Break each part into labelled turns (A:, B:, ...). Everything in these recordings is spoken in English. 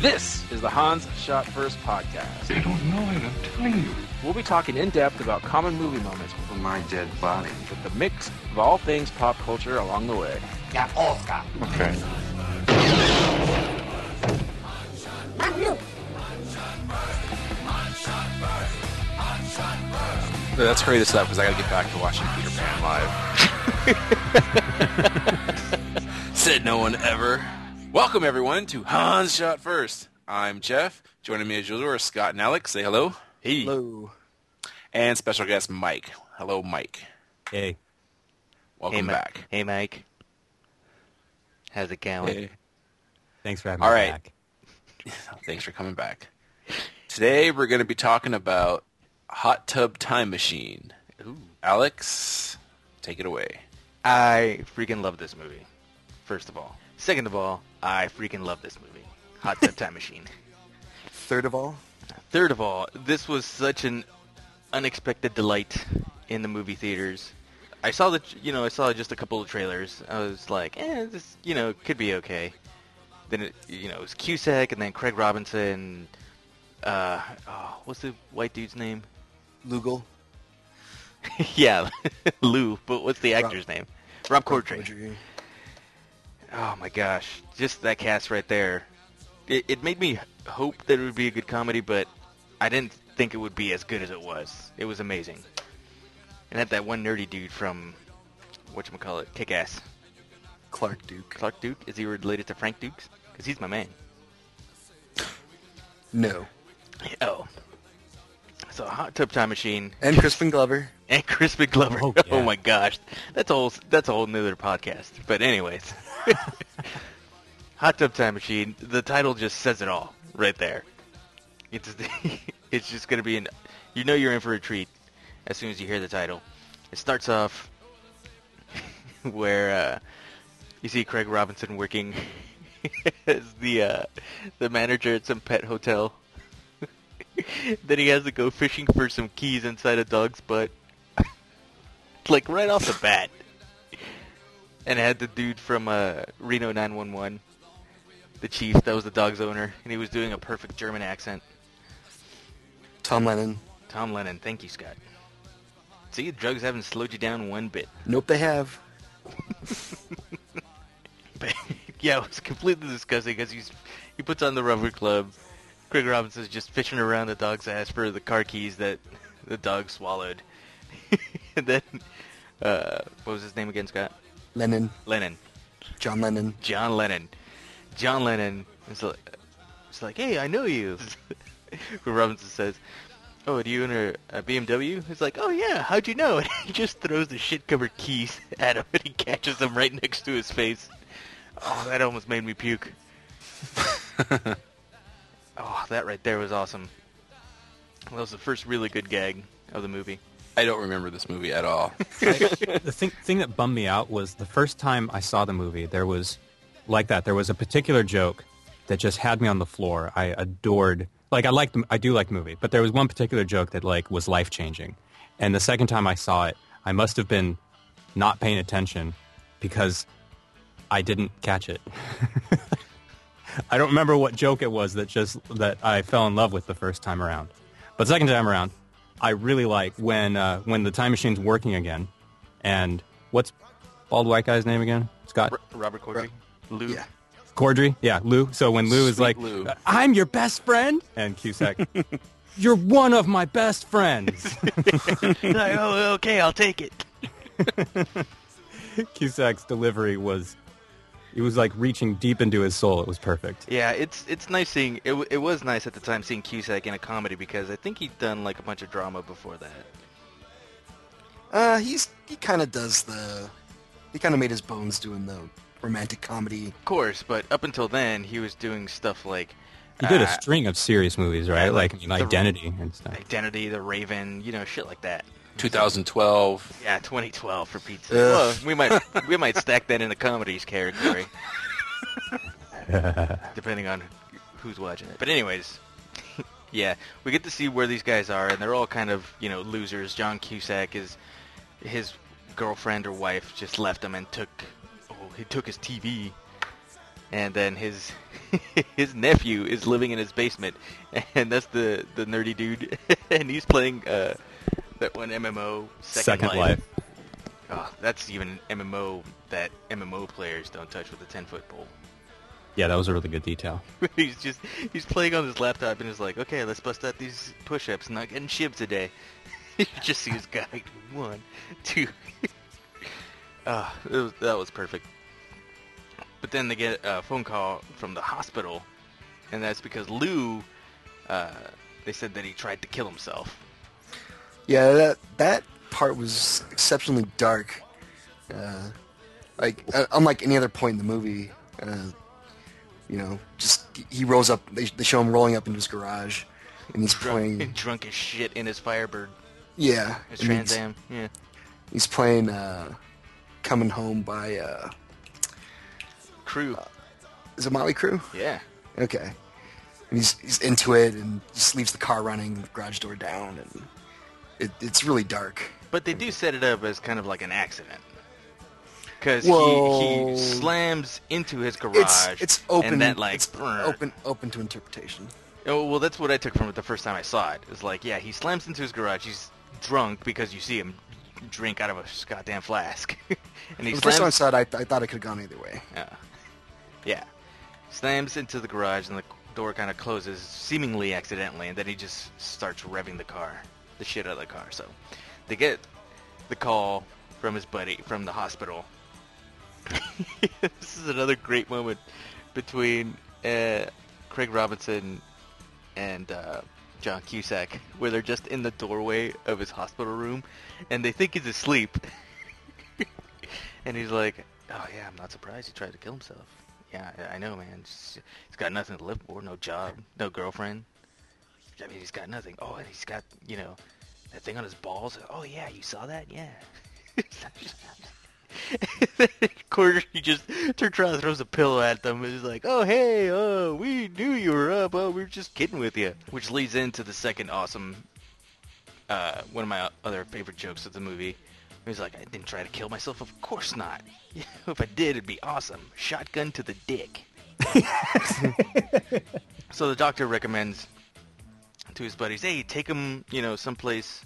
A: This is the Hans Shot First podcast.
B: I don't know it, I'm telling you.
A: We'll be talking in depth about common movie moments
B: For my dead body.
A: with the mix of all things pop culture along the way.
B: Okay.
A: Let's hurry this up because I got to get back to watching Peter Pan live. Said no one ever. Welcome everyone to Hans Shot First. I'm Jeff. Joining me as usual are Scott and Alex. Say hello. Hey.
C: Hello.
A: And special guest Mike. Hello, Mike.
C: Hey.
A: Welcome
D: Mi-
A: back.
D: Hey, Mike. How's it going?
A: Hey.
C: Thanks for having
A: All
C: me
A: right.
C: back.
A: Thanks for coming back. Today we're going to be talking about Hot Tub Time Machine. Alex, take it away.
D: I freaking love this movie. First of all. Second of all, I freaking love this movie. Hot Tub Time Machine.
C: Third of all,
D: Third of all, this was such an unexpected delight in the movie theaters. I saw the, you know, I saw just a couple of trailers. I was like, eh, this, you know, could be okay. Then it, you know, it was Cusack and then Craig Robinson. Uh, oh, what's the white dude's name?
C: Lugal.
D: yeah, Lou. But what's the actor's name? Rob Corddry.
C: Corddry.
D: Oh my gosh, just that cast right there. It, it made me hope that it would be a good comedy, but I didn't think it would be as good as it was. It was amazing. And had that one nerdy dude from whatchamacallit, Kick Ass.
C: Clark Duke.
D: Clark Duke? Is he related to Frank Dukes? Because he's my man.
C: No.
D: Oh. So Hot Tub Time Machine
C: And Crispin Glover.
D: and Crispin Glover.
C: Oh,
D: Oh,
C: yeah.
D: my gosh, that's a whole that's a whole nother podcast. But anyways, Hot Tub Time Machine. The title just says it all right there. It's it's just gonna be an you know you're in for a treat as soon as you hear the title. It starts off where uh, you see Craig Robinson working as the uh, the manager at some pet hotel. then he has to go fishing for some keys inside a dog's butt. like right off the bat. And it had the dude from uh, Reno 911, the chief that was the dog's owner, and he was doing a perfect German accent.
C: Tom Lennon.
D: Tom Lennon, thank you, Scott. See, drugs haven't slowed you down one bit.
C: Nope, they have.
D: But yeah, it was completely disgusting because he's he puts on the rubber club. Craig Robinson's just fishing around the dog's ass for the car keys that the dog swallowed. and then, uh, what was his name again, Scott?
C: Lennon.
D: Lennon.
C: John Lennon.
D: John Lennon. John Lennon. It's like, it's like, hey, I know you. Robinson says, oh, do you own a, a BMW? He's like, oh yeah, how'd you know? And he just throws the shit-covered keys at him, and he catches them right next to his face. Oh, that almost made me puke. oh, that right there was awesome. That was the first really good gag of the movie.
A: I don't remember this movie at all.
E: the thing, thing that bummed me out was the first time I saw the movie, there was like that. There was a particular joke that just had me on the floor. I adored, like I liked, the- I do like the movie, but there was one particular joke that like was life changing. And the second time I saw it, I must have been not paying attention because I didn't catch it. I don't remember what joke it was that just that I fell in love with the first time around. But second time around, I really like when uh, when the time machine's working again. And what's bald white guy's name again? Scott
D: R- Robert Corddry, Lou,
C: Yeah.
E: Cordry. Yeah, Lou. So when Lou is
A: Sweet
E: like,
A: Lou.
E: "I'm your best friend," and Cusack, "You're one of my best friends."
D: like, oh, okay, I'll take it.
E: Cusack's delivery was, it was like reaching deep into his soul. It was perfect.
D: Yeah, it's it's nice seeing it. w- It was nice at the time seeing Cusack in a comedy because I think he'd done like a bunch of drama before that.
C: Uh, he's he kind of does the. He kind of made his bones doing the romantic comedy.
D: Of course, but up until then, he was doing stuff like
E: He did a
D: uh,
E: string of serious movies, right?
D: yeah,
E: like
D: like
E: I mean,
D: the-
E: Identity and stuff.
D: Identity, The Raven, you know, shit like that.
A: 2012.
D: Yeah, 2012 for pizza.
C: Ugh.
D: Well, we might we might stack that in the comedies category, depending on who's watching it. But anyways, yeah, we get to see where these guys are, and they're all kind of you know losers. John Cusack is his girlfriend or wife just left him and took oh he took his TV, and then his his nephew is living in his basement, and that's the the nerdy dude, and he's playing uh, that one MMO Second, Life. Oh, that's even an MMO that MMO players don't touch with a ten foot pole.
E: Yeah, that was a really good detail.
D: he's just he's playing on his laptop and he's like, okay, let's bust out these push-ups. Not getting shivved today. you just see this guy one, two. Ah, it was- that was perfect. But then they get a phone call from the hospital, and that's because Lou. Uh, they said that he tried to kill himself.
C: Yeah, that that part was exceptionally dark. Uh, like uh, unlike any other point in the movie, uh, you know, just he rolls up. They, they show him rolling up into his garage, and he's playing.
D: Drunk as shit in his Firebird,
C: Yeah,
D: his
C: and
D: Trans
C: he's,
D: Am. Yeah.
C: he's playing uh, "Coming Home" by uh,
D: Crew.
C: is it Motley Crue?
D: Yeah.
C: Okay, and he's he's into it and just leaves the car running, the garage door down, and it, it's really dark.
D: But they do set it up as kind of like an accident. Because he,
C: Well-
D: he slams into his garage.
C: It's it's open.
D: And that, like,
C: it's
D: brrr.
C: open open to interpretation.
D: Oh, well, that's what I took from it the first time I saw it. It's like, yeah, he slams into his garage. He's drunk because you see him drink out of a goddamn flask. and he
C: The
D: slams...
C: first time I saw it, I, I thought it could have gone either way.
D: Yeah. Yeah. Slams into the garage and the door kind of closes, seemingly accidentally, and then he just starts revving the car, the shit out of the car. So they get the call from his buddy from the hospital. this is another great moment between uh, Craig Robinson and uh, John Cusack, where they're just in the doorway of his hospital room, and they think he's asleep. And he's like, "Oh yeah, I'm not surprised he tried to kill himself. Yeah, I- I know, man. Just- He's got nothing to live for. No job, no girlfriend. I mean, he's got nothing. Oh, and he's got you know that thing on his balls. Oh yeah, you saw that? Yeah." Quarter, he just turns around and throws a pillow at them and he's like, oh, hey, oh, we knew you were up. Oh, we were just kidding with you. Which leads into the second awesome uh, one of my other favorite jokes of the movie. He's like, I didn't try to kill myself. Of course not. if I did, it'd be awesome. Shotgun to the dick. so the doctor recommends to his buddies, hey, take him, you know, someplace,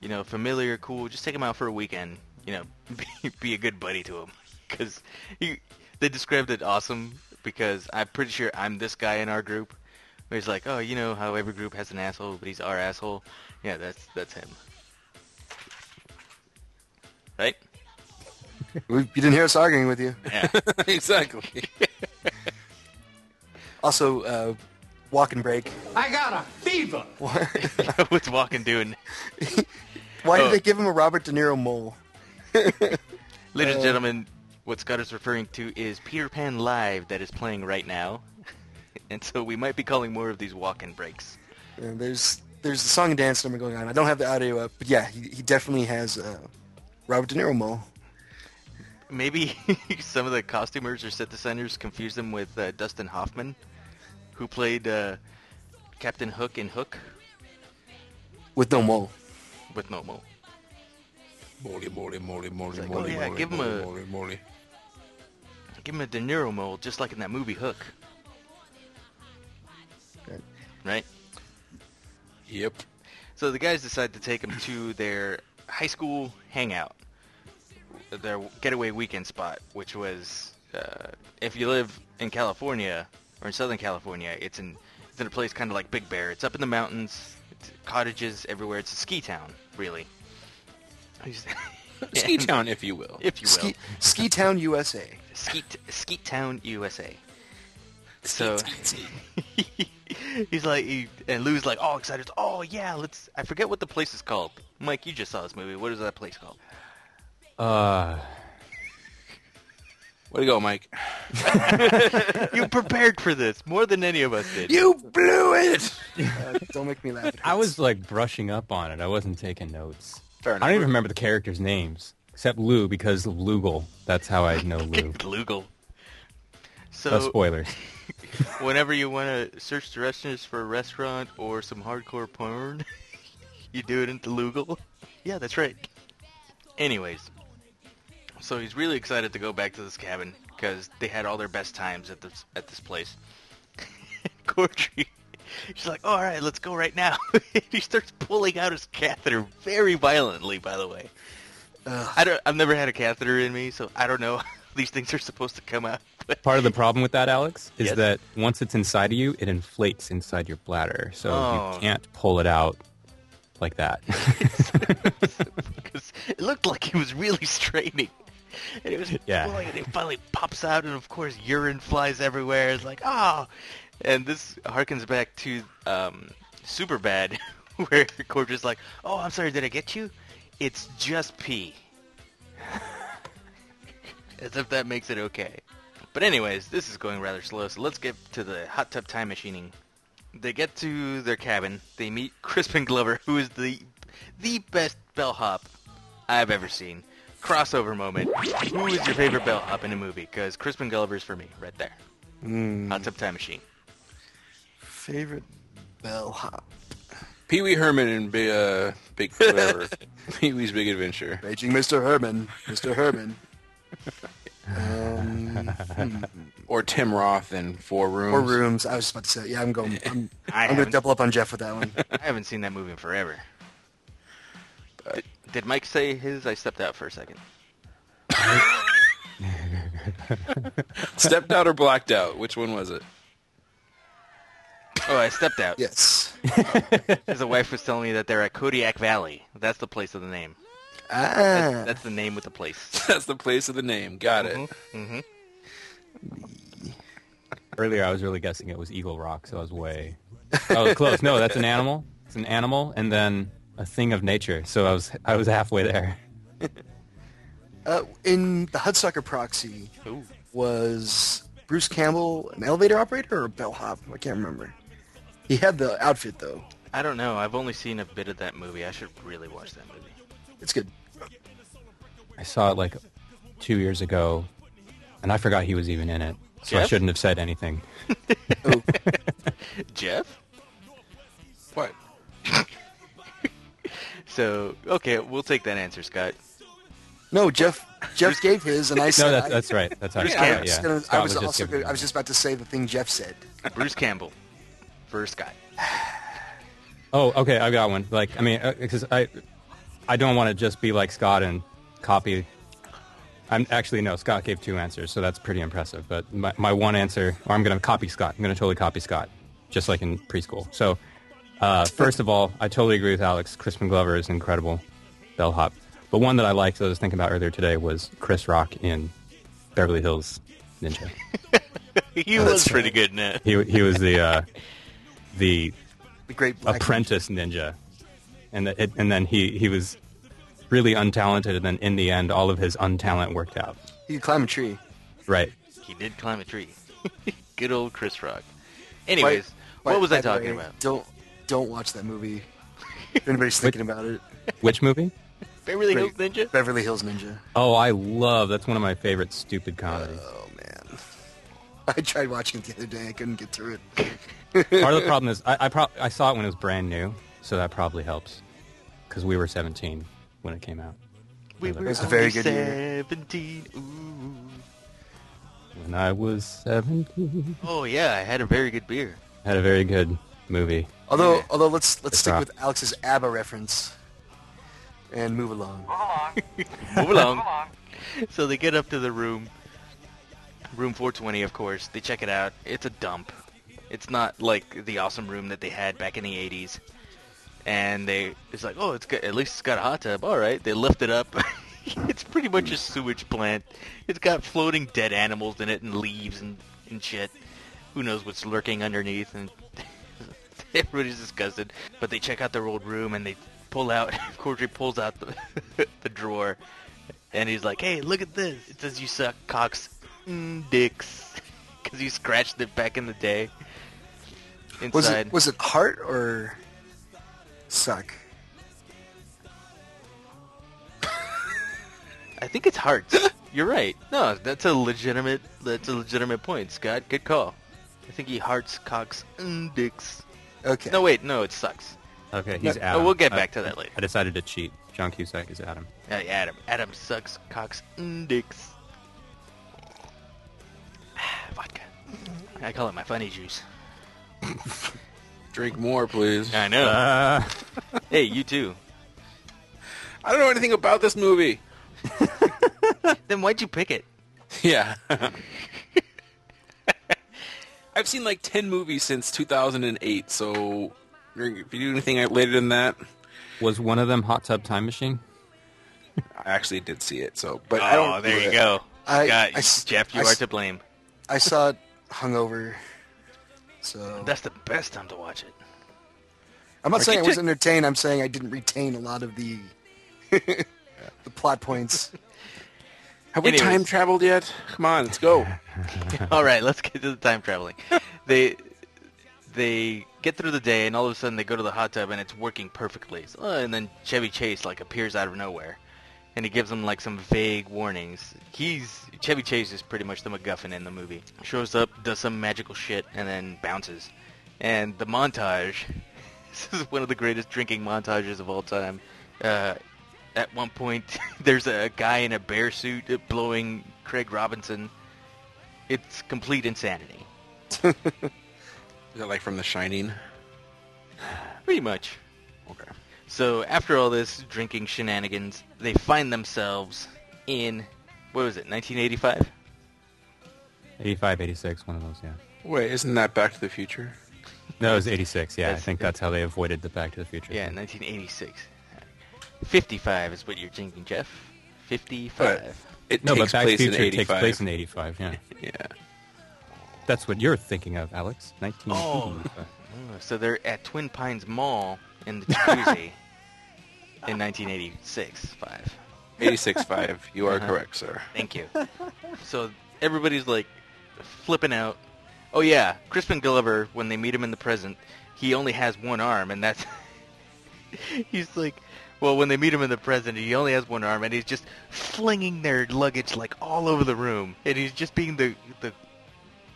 D: you know, familiar, cool. Just take him out for a weekend. You know, be, be a good buddy to him. Because they described it awesome because I'm pretty sure I'm this guy in our group. Where he's like, oh, you know how every group has an asshole, but he's our asshole. Yeah, that's that's him. Right?
C: We, you didn't hear us arguing with you.
D: Yeah.
A: exactly.
C: Also, uh, walk and break.
B: I got a fever.
D: What's walking doing?
C: Why
D: Oh.
C: did they give him a Robert De Niro mole?
D: Ladies and gentlemen, what Scott is referring to is Peter Pan Live that is playing right now. And so we might be calling more of these walk-in breaks.
C: And there's there's the song and dance number going on. I don't have the audio up, but yeah, he, he definitely has uh, Robert De Niro mole.
D: Maybe some of the costumers or set designers confuse them with uh, Dustin Hoffman, who played uh, Captain Hook in Hook
C: with no mole.
D: with no mole.
A: Moly, moly, moly, moly,
D: like,
A: moly,
D: oh, yeah,
A: moly,
D: give him
A: moly,
D: a-
A: moly, moly.
D: Give him a De Niro mole, just like in that movie Hook.
C: Good.
D: Right?
A: Yep.
D: So the guys decide to take him to their high school hangout, their getaway weekend spot, which was, uh, if you live in California or in Southern California, it's in it's in a place kind of like Big Bear. It's up in the mountains, it's cottages everywhere. It's a ski town, really.
A: Ski town, if you will.
D: if you will.
C: Ski, Ski Town, USA.
D: Skeet Skeet Town, USA. So he's like, he, and Lou's like, all excited. Oh yeah, let's. I forget what the place is called. Mike, you just saw this movie. What is that place called?
E: Uh,
A: Way to go, Mike.
D: You prepared for this more than any of us did.
A: You blew it.
C: Uh, don't make me laugh. It
E: I
C: hurts.
E: was like brushing up on it. I wasn't taking notes.
A: Fair
E: I
A: enough.
E: don't even remember the characters' names except Lou because of Lugal. That's how I know Lou.
D: Lugal. So
E: No spoilers.
D: Whenever you want to search the directions for a restaurant or some hardcore porn, you do it in Telugu. Yeah, that's right. Anyways, so he's really excited to go back to this cabin because they had all their best times at this at this place. Cordry, she's like, "All right, let's go right now." he starts pulling out his catheter very violently. By the way, I don't. I've never had a catheter in me, so I don't know. how These things are supposed to come out, but
E: Part of the problem with that, Alex, is
D: Yes.
E: that once it's inside of you, it inflates inside your bladder, so
D: Oh.
E: you can't pull it out like that.
D: because it looked like he was really straining. And it was
E: Yeah.
D: flowing, and it finally pops out, and of course urine flies everywhere. It's like, ah! And this harkens back to um, Superbad, where Corb just like, oh, I'm sorry, did I get you? It's just pee. As if that makes it okay. But anyways, this is going rather slow, so let's get to the hot tub time machining. They get to their cabin. They meet Crispin Glover, who is the the best bellhop I've ever seen. Crossover moment. Who is your favorite bellhop in a movie? Because Crispin Glover's for me, right there. Hot Tub Time Machine.
C: Favorite bellhop.
A: Pee Wee Herman and Big, uh, Big whatever. Pee Wee's Big Adventure.
C: Raging Mr. Herman. Mr. Herman. Um,
A: Or Tim Roth and Four Rooms.
C: four rooms. I was just about to say. Yeah, I'm going.
D: I
C: I'm, I'm going to
D: haven't-
C: double up on Jeff with that one.
D: I haven't seen that movie in forever. Did, did Mike say his? I stepped out for a second.
A: Stepped Out or Blacked Out? Which one was it?
D: Oh, I stepped out.
C: Yes.
D: His wife was telling me that they're at Kodiak Valley. That's the place of the name.
C: Ah,
D: That's the name with the place.
A: That's the place of the name. Got it.
E: Earlier, I was really guessing it was Eagle Rock, so I was way. I was close. No, that's an animal. It's an animal, and then a thing of nature. So I was I was halfway there.
C: uh, in the Hudsucker proxy
D: Ooh.
C: was Bruce Campbell an elevator operator or a bellhop? I can't remember. He had the outfit though.
D: I don't know. I've only seen a bit of that movie. I should really watch that movie.
C: It's good.
E: I saw it like two years ago, and I forgot he was even in it. So I
D: Jeff?
E: shouldn't have said anything.
C: Oh,
D: Jeff?
A: What?
D: So, okay, we'll take that answer, Scott.
C: No, Jeff. Jeff gave his, and I said.
E: No, that's,
C: I-
E: that's right. That's how.
D: Bruce
E: I,
C: I
E: yeah,
D: Campbell.
C: was,
E: yeah.
C: gonna- I
E: Scott
C: was
E: just
C: also.
E: giving
C: Gonna, I was
E: it.
C: just about to say the thing Jeff said.
D: Bruce Campbell for Scott.
E: Oh, okay. I got one. Like, I mean, because I, I don't want to just be like Scott and copy. I'm actually no. Scott gave two answers, so that's pretty impressive. But my, my one answer, or I'm going to copy Scott. I'm going to totally copy Scott, just like in preschool. So, uh, first of all, I totally agree with Alex. Crispin Glover is an incredible bellhop. But one that I liked that I was thinking about earlier today was Chris Rock in Beverly Hills Ninja.
D: He was pretty good in it.
E: He he was the uh, the
C: The great black
E: apprentice ninja, and the, it, and then he he was really untalented, and then in the end, all of his untalent worked out.
C: He could climb a tree.
E: Right.
D: He did climb a tree. good old Chris Rock. Anyways,
C: By-
D: what was
C: by
D: I
C: the
D: talking
C: way,
D: about?
C: Don't don't watch that movie. If anybody's thinking about it,
E: Which movie?
D: Beverly Hills
C: Great.
D: Ninja?
C: Beverly Hills Ninja.
E: Oh, I love. That's one of my favorite stupid comedies.
C: Oh man, I tried watching it the other day. I couldn't get through it.
E: Part of the problem is I I, prob- I saw it when it was brand new, so that probably helps because we were 17 when it came out.
D: We were
C: was a
D: only
C: very good year.
D: 17. Ooh.
E: When I was 17,
D: Oh, yeah, I had a very good beer.
E: I had a very good movie.
C: Although although let's let's
E: It's
C: stick
E: not.
C: with Alex's ABBA reference and move along.
D: Move along. so they get up to the room. Room 420, of course. They check it out. It's a dump. It's not like the awesome room that they had back in the 80s. And they, it's like, oh, it's got, at least it's got a hot tub. All right. They lift it up. it's pretty much a sewage plant. It's got floating dead animals in it and leaves and, and shit. Who knows what's lurking underneath and Everybody's disgusted, but they check out their old room and they pull out. Cordry pulls out the, the drawer, and he's like, "Hey, look at this! It says you suck cocks, and dicks, because you scratched it back in the day." Inside,
C: Was it was it heart or suck?
D: I think it's hearts. You're right. No, that's a legitimate. That's a legitimate point, Scott. Good call. I think he hearts, cocks, and dicks.
C: Okay.
D: No, wait, no, it sucks.
E: Okay, he's
C: No,
E: Adam.
D: we'll get
E: I-
D: back to that later.
E: I decided to cheat. John Cusack is Adam.
D: Uh, Adam. Adam sucks, cocks, and dicks. Vodka. I call it my funny juice.
A: Drink more, please.
D: I know.
E: Uh,
D: hey, you too.
A: I don't know anything about this movie.
D: Then why'd you pick it?
A: Yeah. I've seen like 10 movies since 2008, so if you do anything later than that,
E: was one of them Hot Tub Time Machine?
A: I actually did see it, so. But I don't do it.
D: Oh, go.
C: I-
D: God,
C: I s-
D: Jeff, you
C: I
D: are
C: s-
D: to blame.
C: I saw it hungover. So
D: That's the best time to watch it.
C: I'm not saying I
A: you
C: was
A: took-
C: entertained. I'm saying I didn't retain a lot of the the plot points.
A: Have we
D: Anyways.
A: time traveled yet? Come on, let's go.
D: all right, let's get to the time traveling. They they get through the day, and all of a sudden they go to the hot tub, and it's working perfectly. So, uh, and then Chevy Chase like appears out of nowhere, and he gives them like some vague warnings. He's Chevy Chase is pretty much the MacGuffin in the movie. Shows up, does some magical shit, and then bounces. And the montage. This is one of the greatest drinking montages of all time. Uh, at one point, there's a guy in a bear suit blowing Craig Robinson it's complete insanity.
A: Is that like from The Shining?
D: Pretty much.
A: Okay.
D: So after all this drinking shenanigans, they find themselves in what was it, 1985?
E: 85, 86, one of those, yeah.
A: Wait, isn't that Back to the Future?
E: No, it was 86, yeah. I
D: That's-
E: think that's how they avoided the Back to the Future.
D: Yeah,
E: thing.
D: 1986. 55 is what you're drinking, Jeff. 55.
A: But it
E: no,
A: takes
E: but Back to the
A: place in
E: Future
A: 85.
E: takes place in 85, yeah.
A: yeah.
E: That's what you're thinking of, Alex. 1985.
D: Oh, So they're at Twin Pines Mall in the jacuzzi in 1986. Five.
A: 86.5. You
E: Uh-huh.
A: are correct, sir.
D: Thank you. so everybody's like flipping out. Oh yeah, Crispin Gulliver when they meet him in the present, he only has one arm, and that's he's like. Well, when they meet him in the present, he only has one arm, and he's just flinging their luggage like all over the room, and he's just being the the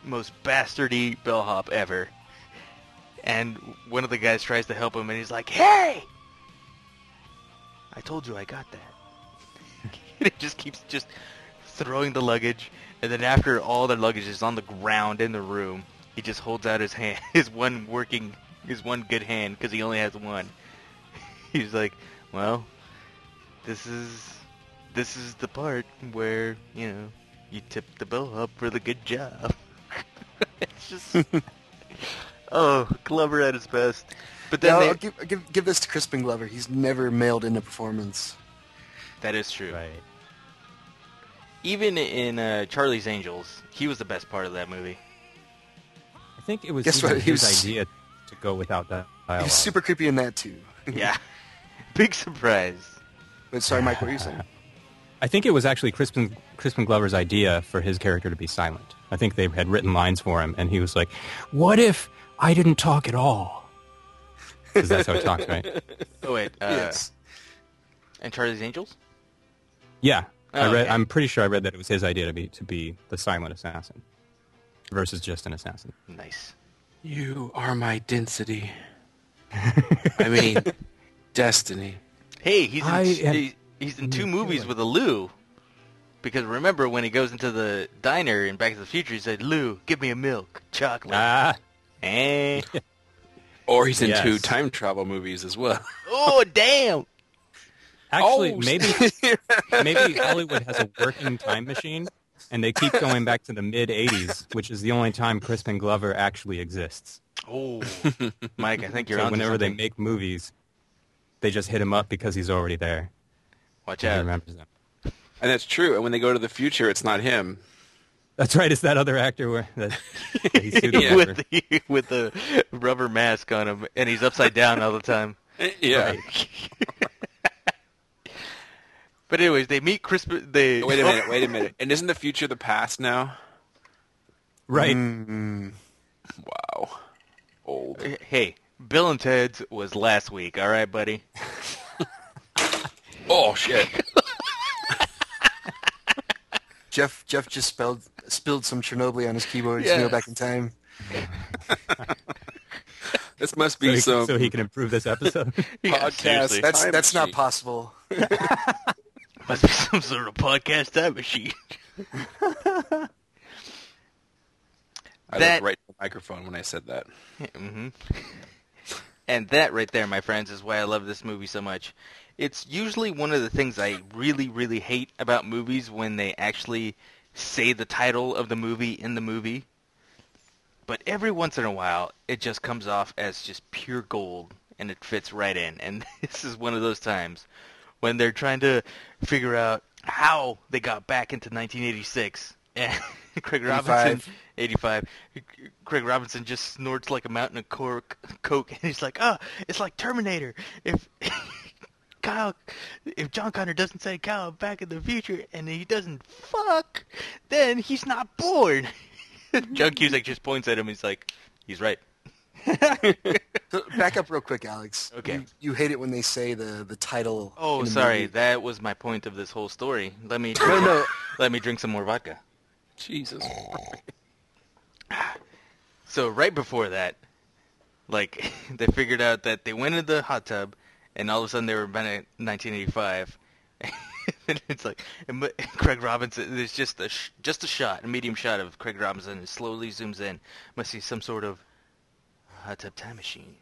D: most bastardy bellhop ever. And one of the guys tries to help him, and he's like, "Hey, I told you I got that." and it just keeps just throwing the luggage, and then after all the luggage is on the ground in the room, he just holds out his hand, his one working, his one good hand, because he only has one. He's like, well, this is this is the part where you know you tip the bellhop for the good job. it's just oh, Glover at his best. But then
C: Now,
D: they-
C: I'll give, give, give this to Crispin Glover. He's never mailed in a performance.
D: that is true.
E: Right.
D: Even in uh, Charlie's Angels, he was the best part of that movie.
E: I think it was
C: Guess
E: his,
C: what? He
E: his
C: was-
E: idea to go without that
D: Oh,
E: dialogue.
C: He's super creepy in that too.
E: Mm-hmm.
D: Yeah. Big surprise.
C: But sorry, Mike, what were you
D: Uh,
C: saying?
E: I think it was actually Crispin, Crispin Glover's idea for his character to be silent. I think they had written lines for him, and he was like, "What if I didn't talk at all?" Because that's how he talks, right?
D: Oh wait, uh,
C: yes.
D: and Charlie's Angels?
E: Yeah, I
D: Oh,
E: read.
D: okay.
E: I'm pretty sure I read that it was his idea to be to be the silent assassin versus just an assassin.
D: Nice.
A: You are my density. I mean, destiny.
D: Hey, he's in,
E: I am- Mm-hmm.
D: he- he's in two movies with a Lou. Because remember when he goes into the diner in Back to the Future, he said, "Lou, give me a milk, chocolate."
E: Ah,
D: Eh.
A: Or he's in
E: Yes.
A: two time travel movies as well.
D: oh damn!
E: actually,
A: Oh,
E: maybe maybe Hollywood has a working time machine, and they keep going back to the mid '80s, which is the only time Crispin Glover actually exists.
D: Oh, Mike, I think you're
E: So
D: on.
E: whenever they
D: something.
E: make movies, they just hit him up because he's already there.
D: watch
E: and He
D: out.
E: remembers him.
A: And that's true. And when they go to the future, it's not him.
E: That's right. It's that other actor where that, that he sued him for.
D: with the with the rubber mask on him, and he's upside down all the time.
A: Eh, Yeah.
D: But anyways, they meet Crispin. They
A: Wait a minute. Wait a minute. And isn't the future the past now?
E: Right.
D: Mm.
A: Wow. Old.
D: Hey, Bill and Ted's was last week, all right, buddy?
A: Oh shit.
C: Jeff Jeff just spelled spilled some Chernobyl on his keyboard. He's
D: Yeah.
C: going back in time.
A: This must
E: so
A: be
E: he,
A: some
E: so he can improve this episode.
D: Yeah, seriously.
C: That's
A: Time
C: that's not
A: machine.
C: possible.
D: Must be some sort of podcast time machine.
A: I
D: That-
A: looked right at the microphone when I said that.
D: hmm
A: Mm-hmm.
D: And that right there, my friends, is why I love this movie so much. It's usually one of the things I really, really hate about movies when they actually say the title of the movie in the movie. But every once in a while, it just comes off as just pure gold, and it fits right in. And this is one of those times when they're trying to figure out how they got back into 1986. And Craig Robinson,
C: 85.
D: 85. Craig Robinson just snorts like a mountain of cork, coke, and he's like, "Ah, it's like Terminator. If Kyle, if John Connor doesn't send Kyle back in the future and he doesn't fuck, then he's not born." John Cusack just points at him. He's like, "He's right."
C: So, Back up real quick, Alex.
D: Okay.
C: You, you hate it when they say the the title.
D: Oh,
C: in a
D: sorry.
C: movie.
D: That was my point of this whole story. Let me
C: No, no.
D: let me drink some more vodka.
A: Jesus.
D: So right before that, like they figured out that they went into the hot tub, and all of a sudden they were back in 1985. and it's like and but- Craig Robinson. There's just a sh- just a shot, a medium shot of Craig Robinson. It slowly zooms in. Must be some sort of hot tub time machine.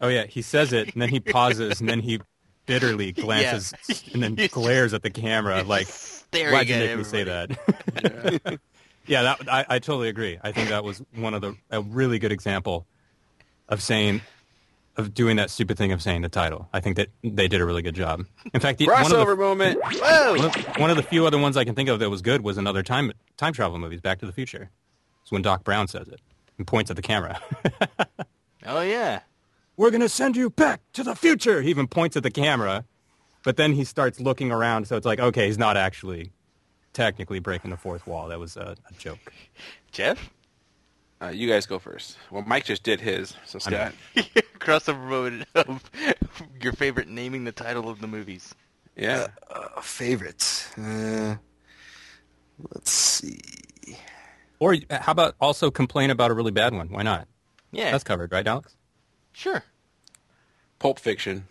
E: Oh yeah, he says it, and then he pauses, and then he bitterly glances and then glares at the camera like,
D: staring
E: "Why'd you
D: at
E: make me say that?" yeah, that I, I totally agree. I think that was one of the a really good example of saying of doing that stupid thing of saying the title. I think that they did a really good job. In fact, the, one of the
A: Crossover moment.
E: one of, one of the few other ones I can think of that was good was another time time travel movies, Back to the Future. It's when Doc Brown says it and points at the camera.
D: Oh yeah.
E: We're gonna send you back to the future. He even points at the camera, but then he starts looking around. So it's like, okay, he's not actually technically breaking the fourth wall. That was a, a joke.
D: Jeff?
A: Uh, you guys go first. Well, Mike just did his, so Scott.
D: Crossover moment of your favorite naming the title of the movies.
A: Yeah.
C: Uh, favorites. Uh, let's see.
E: Or uh, how about also complain about a really bad one? Why not?
D: Yeah.
E: That's covered, right, Alex?
D: Sure.
A: Pulp Fiction.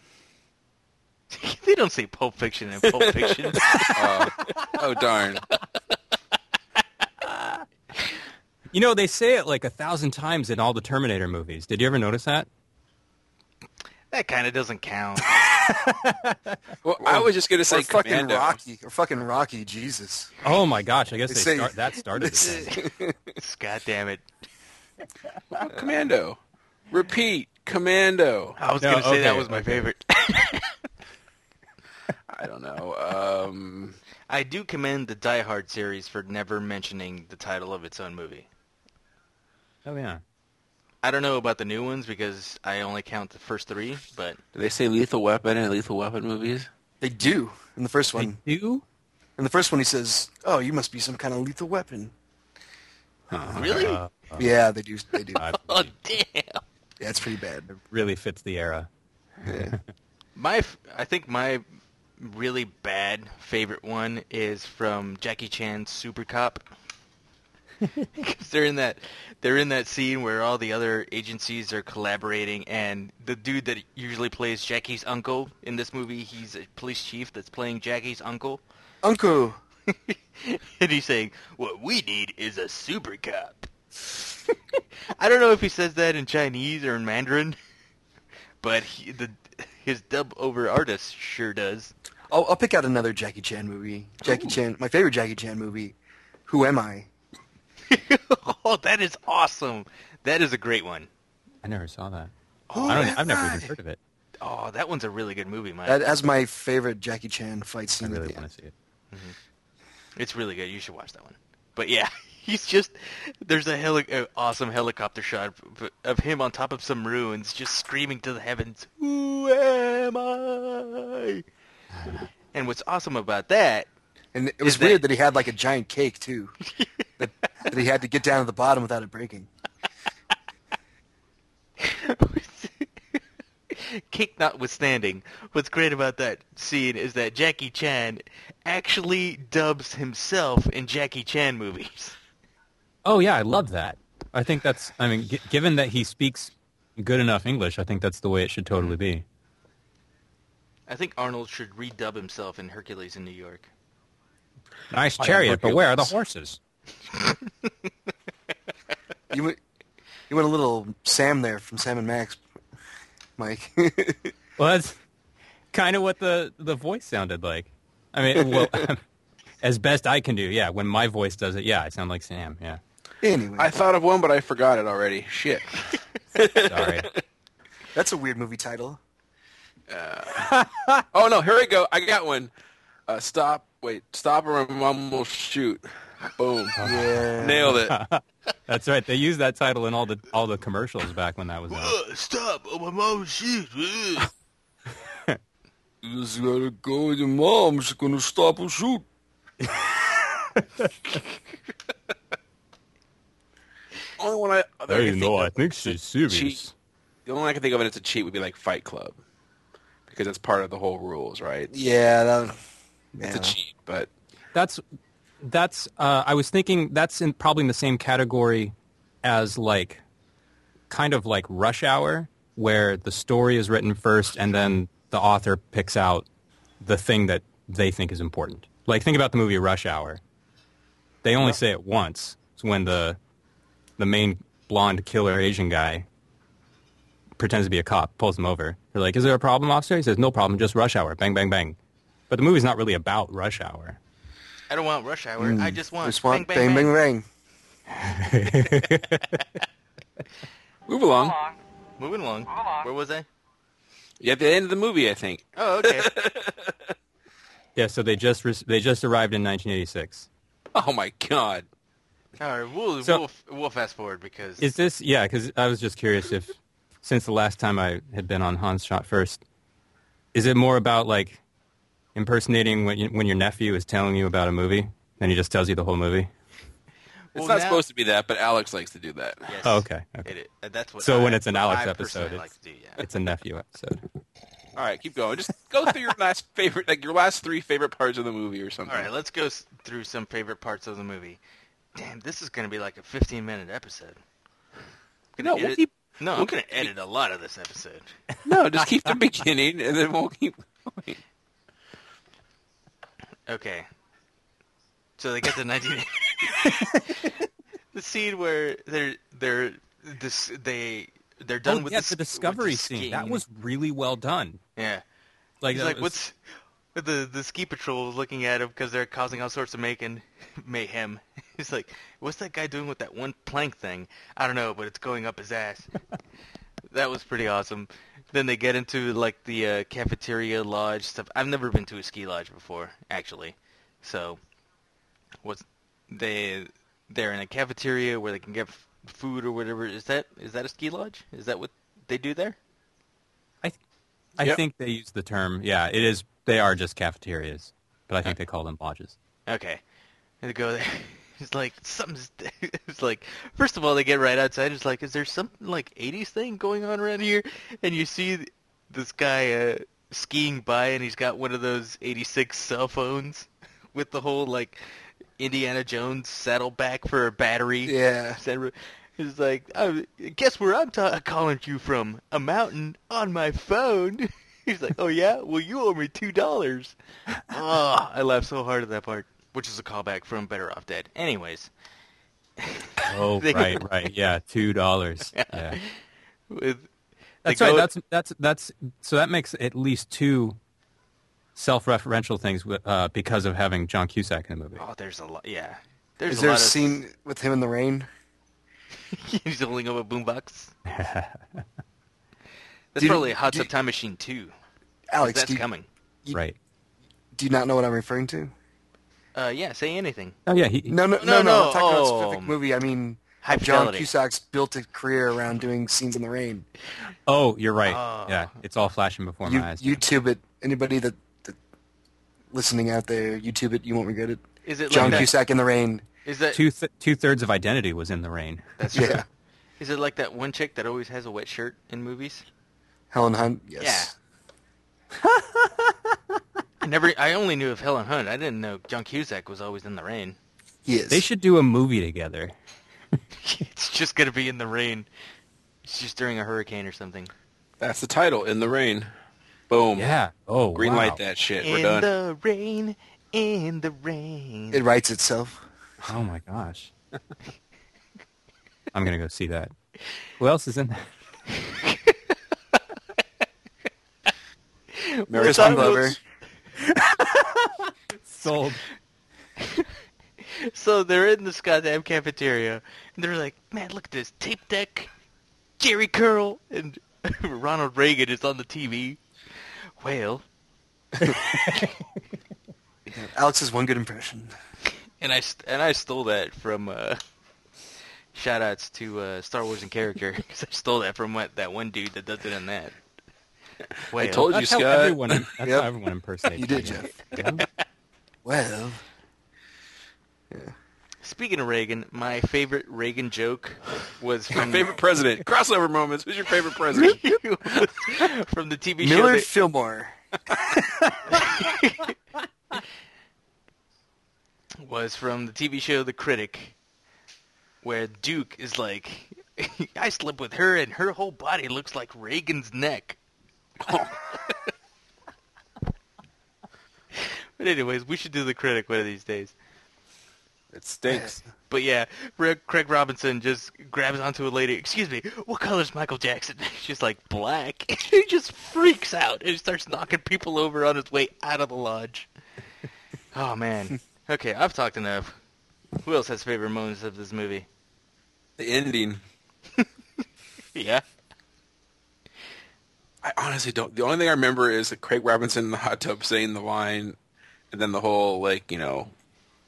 D: they don't say Pulp Fiction in Pulp Fiction.
A: Oh darn.
E: You know, they say it like a thousand times in all the Terminator movies. Did you ever notice that?
D: that kind of doesn't count.
A: Well, I was just gonna say
C: or fucking
A: Commando.
C: Rocky. Or fucking Rocky. Jesus.
E: Oh my gosh! I guess
C: They
E: they,
C: say-
E: start, that started. the thing.
D: God damn it.
A: Oh, commando. Repeat. Commando.
D: I was
E: No,
D: going to say that
E: okay,
D: was my
E: okay.
D: favorite.
A: I don't know. Um,
D: I do commend the Die Hard series for never mentioning the title of its own movie.
E: Oh yeah.
D: I don't know about the new ones because I only count the first three, but
A: do they say Lethal Weapon and Lethal Weapon movies?
C: They do in the first one.
E: You?
C: In the first one, he says, "Oh, you must be some kind of lethal weapon."
D: really?
E: Uh,
C: Yeah, they do. They do.
E: I-
C: yeah,
D: oh damn!
C: it's pretty bad.
E: really fits the era.
D: My, f- I think my really bad favorite one is from Jackie Chan's Super Cop. 'Cause they're in that, they're in that scene where all the other agencies are collaborating, and the dude that usually plays Jackie's uncle in this movie, he's a police chief that's playing Jackie's uncle,
C: Uncle.
D: and he's saying, "What we need is a super cop." I don't know if he says that in Chinese or in Mandarin, but he, the his dub over artist sure does.
C: I'll, I'll pick out another Jackie Chan movie. Jackie Chan, my favorite Jackie Chan movie. Who am I?
D: oh, that is awesome. That is a great one.
E: I never saw that. I don't. I've never even heard of it.
D: Oh, that one's a really good movie, Mike.
C: That has my favorite Jackie Chan fight
E: I
C: scene.
E: really
C: at the
E: want
C: end.
E: to see it.
D: It's really good. You should watch that one. But yeah, he's just there's a heli- a awesome helicopter shot of, of him on top of some ruins, just screaming to the heavens, "Who am I?" and what's awesome about that?
C: And it was
D: Is that-
C: weird that... he had like a giant cake too, that, that he had to get down to the bottom without it breaking.
D: Cake notwithstanding, what's great about that scene is that Jackie Chan actually dubs himself in Jackie Chan movies.
E: Oh yeah, I love that. I think that's. I mean, g- given that he speaks good enough English, I think that's the way it should totally be.
D: I think Arnold should redub himself in Hercules in New York.
E: Nice
A: I am
E: chariot, but where are the
A: Hercules.
E: horses?
C: You went, you went a little Sam there from Sam and Max, Mike.
E: Well, that's kind of what the the voice sounded like. I mean, well, as best I can do, yeah. When my voice does it, yeah, I sound like Sam. Yeah,
C: anyway,
A: I thought of one, but I forgot it already. Shit.
E: sorry.
C: that's a weird movie title.
A: Oh no, here we go. I got one. Uh, stop. Wait. Stop or my mom will shoot. Boom.
C: Yeah.
A: Nailed it.
E: that's right. They used that title in all the all the commercials back when that was out.
D: stop! Oh, my mom shit!
A: You just gotta go with your mom. She's gonna stop or shoot. only one I. the only thing I
E: think she's
A: cheat. The only one I can think of it as a cheat would be like Fight Club, because that's part of the whole rules, right?
C: Yeah, that,
A: It's
C: yeah.
A: a cheat, but
E: That's that's. Uh, I was thinking that's in probably in the same category as like kind of like Rush Hour, where the story is written first, and then the author picks out the thing that they think is important. Like think about the movie Rush Hour. They only say it once. It's when the the main blonde killer Asian guy pretends to be a cop, pulls him over. They're like, "Is there a problem, officer?" He says, "No problem, just rush hour." Bang, bang, bang. But the movie's not really about rush hour.
D: I don't want rush hour. I Hmm. just want,
C: Just want
D: bang, bang, bang.
C: bang.
A: move along.
D: Moving along. Where was I?
A: Yeah, at the end of the movie, I think.
D: Oh, okay.
E: Yeah, so they just re- they just arrived in 1986.
A: Oh my god.
D: All right, we'll,
E: So-
D: we'll, we'll fast forward because
E: Is this yeah? Because I was just curious if since the last time I had been on Hans Shot First, is it more about like impersonating when you, when your nephew is telling you about a movie, then he just tells you the whole movie?
A: It's
D: Well,
A: not
D: now-
A: supposed to be that, but Alex likes to do that.
D: Yes.
E: Oh, okay, okay.
D: It, i- that's what.
E: So when
D: I-
E: it's an Alex
D: I
E: episode,
D: personally
E: it's-
D: like to do, yeah.
E: It's a nephew episode.
A: All right, keep going. Just go through your last favorite, like your last three favorite parts of the movie or something.
D: All right, let's go s- through some favorite parts of the movie. Damn, this is gonna be like a 15 minute episode.
A: no, we'll
D: Edit-
A: keep,
D: no, I'm
A: we'll
D: gonna
A: keep-
D: edit a lot of this episode.
A: no, just keep the beginning, and then we'll keep. going.
D: Okay. So they get to 19. the scene where they're they're this they they're done
E: oh,
D: with
E: yeah,
D: the,
E: the discovery scene. That was really well done.
D: yeah.
E: Like,
D: He's
E: that
D: like,
E: was-
D: what's the the ski patrol is looking at him because they're causing all sorts of making mayhem. He's like, what's that guy doing with that one plank thing? I don't know, but it's going up his ass. that was pretty awesome. Then they get into like the uh, cafeteria lodge stuff. I've never been to a ski lodge before, actually. So, what's they they're in a cafeteria where they can get f- food or whatever. Is that is that a ski lodge? Is that what they do there?
E: I, th- I
A: Yep.
E: think they use the term. Yeah, it is. They are just cafeterias, but I think they call them lodges.
D: Okay. And they go there. It's like something's. It's like first of all, they get right outside. It's like, is there some like '80s thing going on around here? And you see th- this guy uh, skiing by, and he's got one of those '86 cell phones with the whole like Indiana Jones saddleback for a battery.
C: Yeah.
D: Saddle- He's like, I guess where I'm ta- calling you from? A mountain on my phone. He's like, oh yeah, well you owe me two dollars. Oh, I laughed so hard at that part, which is a callback from Better Off Dead. Anyways,
E: Oh,
D: They-
E: right, right. Yeah, two dollars. Yeah.
D: with they
E: That's right.
D: go-
E: That's that's that's so that makes at least two self-referential things wi- uh, because of having John Cusack in the movie.
D: oh, there's a lot. Yeah, there's
C: Is
D: a
C: there
D: lot
C: a
D: of-
C: scene with him in the rain?
D: he's holding up a boombox. That's
C: Did-
D: probably Hot
C: did-
D: Tub Time Machine Two. 'cause
C: Alex,
D: that's
C: do you,
D: coming.
C: you-
E: Right.
C: do you not know what I'm referring to?
D: Uh, yeah, say anything.
E: Oh yeah. He,
C: No, no,
D: No,
C: no, no.
D: no,
C: I'm talking
D: oh,
C: about a specific movie. I mean,
D: High
C: John
D: Fidelity.
C: Cusack's built a career around doing scenes in the rain.
E: Oh, you're right.
D: Oh.
E: Yeah, it's all flashing before
C: Ah. You,
E: my eyes.
C: YouTube it. Anybody that, that listening out there, YouTube it. You won't regret it.
D: Is it
C: John
D: like that?
C: Cusack in the rain.
D: Is that
E: Two th- two thirds of identity was in the rain.
D: That's true.
C: Yeah.
D: Is it like that one chick that always has a wet shirt in movies?
C: Helen Hunt. Yes.
D: I never. I only knew of Helen Hunt. I didn't know John Cusack was always in the rain.
C: Yes.
E: They should do a movie together.
D: it's just gonna be in the rain. It's just during a hurricane or something.
A: That's the title. In the rain. Boom.
E: Yeah. Oh,
A: Green
E: wow.
A: light that shit. We're
D: in
A: done.
D: the rain, in the rain.
C: It writes itself.
E: Oh my gosh. I'm gonna go see that. Who else is in that?
C: Mary
D: thought it
C: Glover.
D: was-
E: Sold.
D: So they're in this goddamn cafeteria, and they're like, "Man, look at this tape deck, Jerry Curl, and Ronald Reagan is on the TV." Well,
C: Alex's one good impression.
D: and I st- and I stole that from uh, shoutouts to uh, Star Wars and character 'cause I stole that from what, that one dude that does it in that. Well,
A: told you,
E: That's how
A: Scott.
E: everyone. That's
C: Yep.
E: how everyone impersonates.
C: You did,
E: me.
C: Jeff.
E: Yeah.
C: Well,
D: Speaking of Reagan, my favorite Reagan joke was
A: My
D: from
A: favorite president. Crossover moments. Who's your favorite president?
D: from the TV show.
C: Millard
D: that-
C: Fillmore.
D: was from the TV show The Critic, where Duke is like, I slept with her and her whole body looks like Reagan's neck. but anyways, we should do The Critic one of these days.
A: It stinks.
D: But yeah, Re- Craig Robinson just grabs onto a lady. Excuse me, what color's Michael Jackson? She's like black. he just freaks out and starts knocking people over on his way out of the lodge. oh man. Okay, I've talked enough. Who else has favorite moments of this movie?
A: The ending.
D: Yeah.
A: I honestly don't. The only thing I remember is that Craig Robinson in the hot tub saying the line, and then the whole like you know,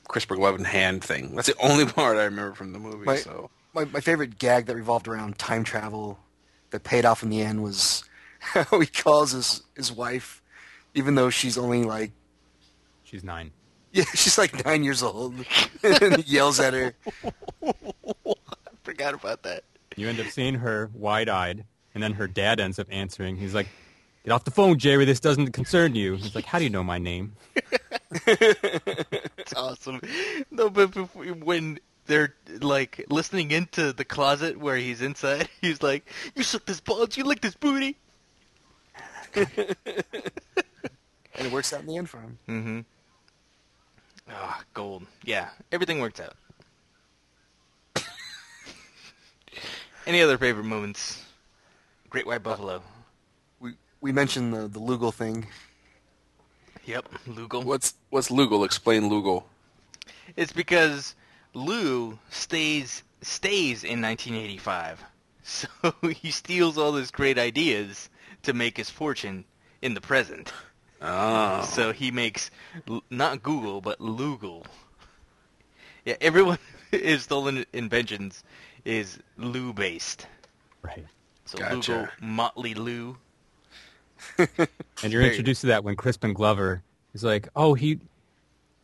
A: CRISPR glove in hand thing. That's the only part I remember from the movie.
C: My,
A: So
C: my my favorite gag that revolved around time travel that paid off in the end was how he calls his his wife, even though she's only like
E: She's nine.
C: yeah, she's like nine years old, and he yells at her.
D: I forgot about that.
E: You end up seeing her wide-eyed, and then her dad ends up answering. He's like, "Get off the phone, Jerry. This doesn't concern you." He's like, "How do you know my name?"
D: It's awesome. No, but before, when they're like listening into the closet where he's inside, he's like, "You suck this balls. You lick this booty."
C: and it works out in the end for him.
D: Mm-hmm. Ah, gold. Yeah, everything worked out. Any other favorite moments? Great White Buffalo.
C: We we mentioned the the Lugal thing.
D: Yep, Lugal.
A: what's what's Lugal? Explain Lugal.
D: It's because Lou stays stays in 1985, so he steals all his great ideas to make his fortune in the present.
A: Oh,
D: So he makes l- not Google but Lugal. Yeah, everyone his stolen inventions is Lou based.
E: Right.
D: So Lugal,
A: Gotcha.
D: Motley Lou.
E: And you're
D: Very-
E: introduced to that when Crispin Glover is like, "Oh, he,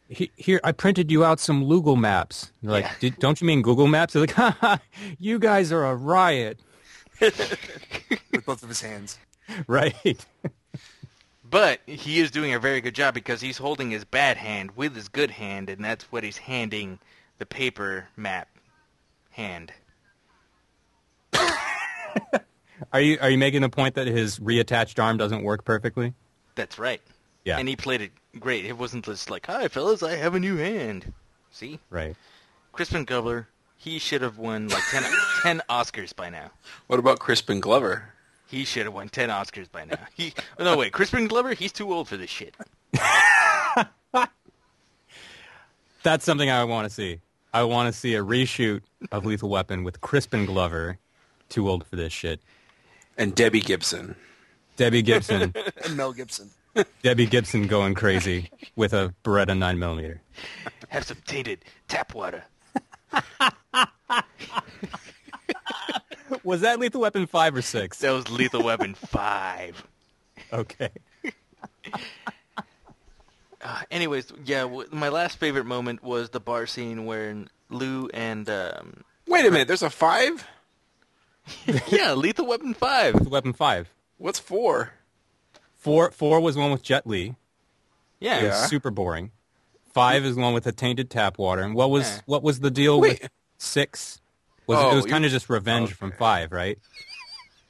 E: he here. I printed you out some Google Maps." And You're like,
D: Yeah.
E: Did, "Don't you mean Google Maps?" They're like, "Ha ha, you guys are a riot,
C: with both of his hands.
E: right?"
D: But he is doing a very good job because he's holding his bad hand with his good hand, and that's what he's handing the paper map hand.
E: Are you are you making the point that his reattached arm doesn't work perfectly?
D: That's right.
E: Yeah.
D: And he played it great. It wasn't just like, "Hi, fellas, I have a new hand." See,
E: Right.
D: Crispin Glover, he should have won like 10, 10 Oscars by now.
A: what about Crispin Glover?
D: He should have won ten Oscars by now. He, no wait, Crispin Glover, he's too old for this shit.
E: That's something I want to see. I want to see a reshoot of Lethal Weapon with Crispin Glover, too old for this shit.
A: And Debbie Gibson.
E: Debbie Gibson,
C: And Mel Gibson.
E: Debbie Gibson going crazy with a Beretta nine millimeter.
D: Have some tainted tap water.
E: Was that Lethal Weapon five or six?
D: That was Lethal Weapon five.
E: Okay.
D: Uh, anyways, yeah, w- my last favorite moment was the bar scene where Lou and um,
A: Wait a minute. There's a five.
D: yeah, Lethal Weapon five.
E: Lethal Weapon five.
A: What's four?
E: Four four was one with Jet Li.
D: Yeah,
E: It was
A: Yeah.
E: super boring. Five is one with a tainted tap water. And what was
D: Yeah.
E: what was the deal
A: Wait.
E: with six? Was
A: Oh,
E: it was
A: you-
E: kind of just revenge from five, right?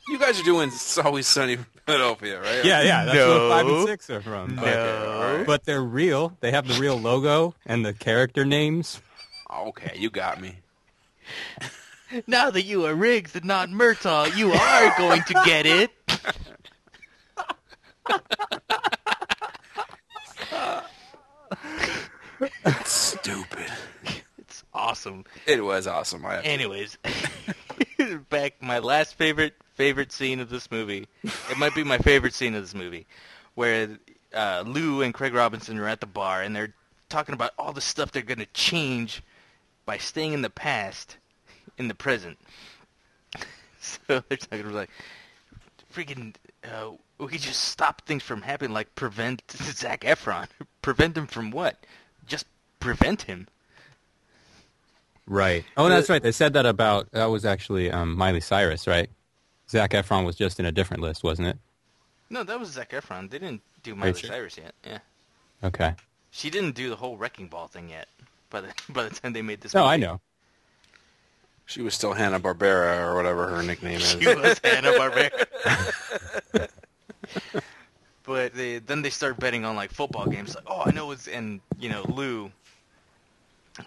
A: You guys are doing It's Always Sunny from Philadelphia, right?
E: Yeah, yeah. That's where five and
D: No.
E: six are from.
A: Okay.
E: But they're real. They have the real logo and the character names.
A: Oh, Okay, you got me.
D: Now that you are Riggs and not Murtaugh, you are going to get it.
A: Stupid.
D: It's awesome.
A: It was awesome. I
D: Anyways, back my last favorite favorite scene of this movie. It might be my favorite scene of this movie, where uh, Lou and Craig Robinson are at the bar and they're talking about all the stuff they're gonna change by staying in the past, in the present. so they're talking about like, freaking, uh, we could just stop things from happening, like prevent Zach Efron. prevent him from what? Just prevent him.
E: Right. Oh, that's right. They said that about that was actually um, Miley Cyrus, right? Zach Efron was just in a different list, wasn't it?
D: No, that was Zac Efron. They didn't do Miley
E: sure?
D: Cyrus yet. Yeah,
E: Okay.
D: she didn't do the whole wrecking ball thing yet. By the by the time they made this,
E: No,
D: movie.
E: Oh, I know.
A: She was still Hanna Barbera or whatever her nickname is.
D: She was Hanna Barbera. but they, then they start betting on like football games. Like, oh, I know it's and you know Lou,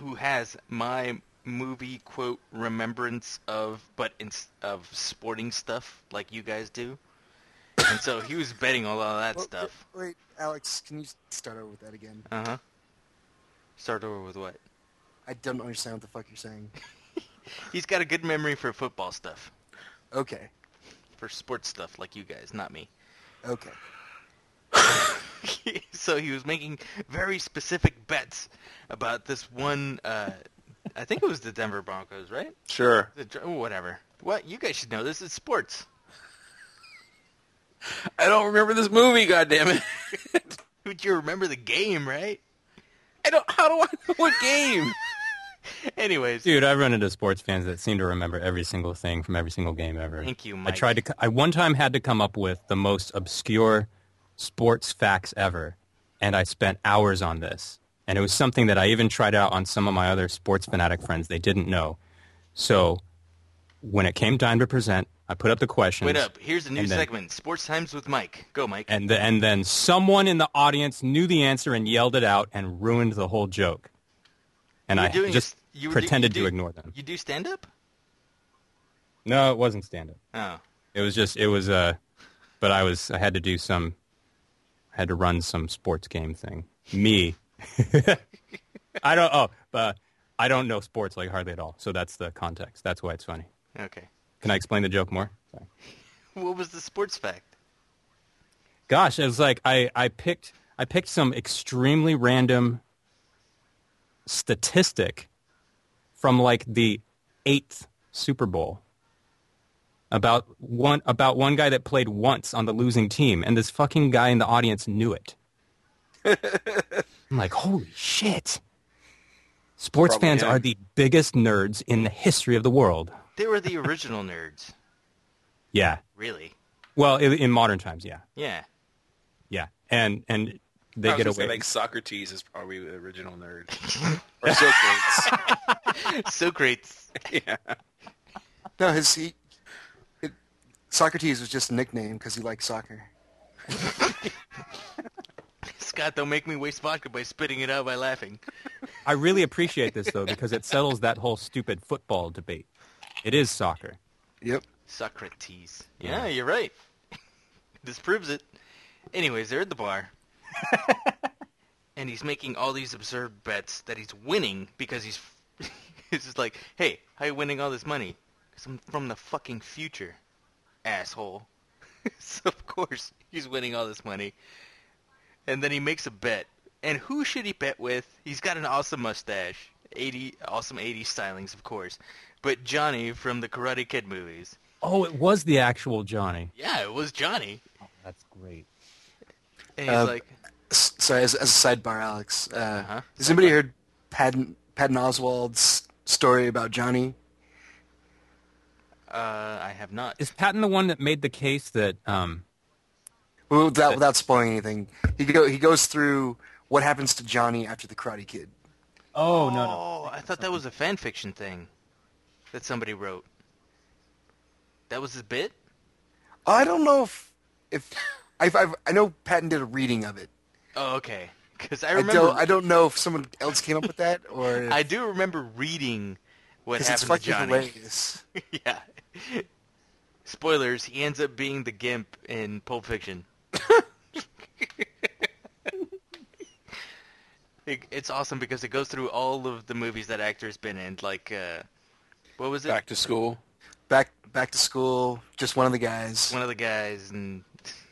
D: who has my movie quote remembrance of but in, of sporting stuff like you guys do, and so he was betting on all that stuff.
C: Wait, Alex, can you start over with that again?
D: Uh huh. Start over with what?
C: I don't understand what the fuck you're saying.
D: He's got a good memory for football stuff,
C: Okay,
D: for sports stuff, like you guys, not me.
C: okay.
D: so he was making very specific bets about this one. Uh, I think it was the Denver Broncos, right?
A: Sure.
D: The, Dr- whatever. What you guys should know this is sports.
A: I don't remember this movie, goddammit.
D: Would you remember the game, right?
A: I don't how do I know what game?
D: Anyways,
E: Dude, I've run into sports fans that seem to remember every single thing from every single game ever.
D: Thank you,
E: I
D: Mike.
E: tried to. c- I one time had to come up with the most obscure sports facts ever, and I spent hours on this. And it was something that I even tried out on some of my other sports fanatic friends. They didn't know. So when it came time to present, I put up the questions.
D: wait up. Here's a new
E: And then-
D: segment: Sports Times with Mike. Go, Mike.
E: and the, and then someone in the audience knew the answer and yelled it out and ruined the whole joke. And
D: You
E: I
D: were doing-
E: just
D: you were do-
E: pretended
D: you do-
E: to ignore them.
D: You do stand up?
E: No, it wasn't stand up.
D: Oh,
E: It was just it was uh but I was I had to do some I had to run some sports game thing. Me. I don't oh, but I don't know sports like hardly at all. So that's the context. That's why it's funny.
D: okay.
E: Can I explain the joke more? Sorry.
D: What was the sports fact?
E: Gosh, it was like I, I picked I picked some extremely random statistic from like the eighth Super Bowl about one about one guy that played once on the losing team, and this fucking guy in the audience knew it. I'm like, holy shit! Sports
A: Probably
E: fans
A: him.
E: are the biggest nerds in the history of the world.
D: They were the original nerds,
E: Yeah.
D: really.
E: Well, in, in modern times, yeah,
D: Yeah.
E: yeah, and and they
A: I was
E: get
A: gonna say,
E: away.
A: like Socrates is probably the original nerd. or Socrates.
D: Socrates.
C: No, his he, it, Socrates was just a nickname because he liked soccer.
D: Scott, don't make me waste vodka by spitting it out by laughing.
E: I really appreciate this though because it settles that whole stupid football debate. It is soccer.
C: Yep.
D: Socrates. Yeah, you're right. this proves it. Anyways, they're at the bar. and he's making all these absurd bets that he's winning because he's... it's just like, hey, how you winning all this money? Because I'm from the fucking future, asshole. so of course he's winning all this money. And then he makes a bet. And who should he bet with? He's got an awesome mustache. 80 awesome 80s stylings, of course. But Johnny from the Karate Kid movies.
E: Oh, it was the actual Johnny.
D: Yeah, it was Johnny.
E: That's great.
D: And he's
C: Uh,
D: like,
C: S- sorry, as, as a sidebar, Alex. Uh,
D: Uh-huh.
C: Has anybody heard Patton, Patton Oswald's story about Johnny?
D: uh, I have not.
E: Is Patton the one that made the case that um
C: Well,
D: Uh,
C: without, without spoiling anything, he go he goes through what happens to Johnny after the Karate Kid.
E: Oh, no,
D: Oh, I thought that was a fan fiction thing. that somebody wrote. That was his bit?
C: Oh, I don't know if if I've, I've, I know Patton did a reading of it.
D: Oh, okay. Because I
C: I,
D: remember
C: don't I don't know if someone else came up with that or if,
D: I do remember reading what
C: 'cause it's
D: happened to
C: fucking
D: Johnny.
C: hilarious.
D: yeah. Spoilers, he ends up being the gimp in Pulp Fiction. it, it's awesome because it goes through all of the movies that actor's been in. Like, uh, what was it?
A: Back to school.
C: Back back to school, just one of the guys.
D: One of the guys, and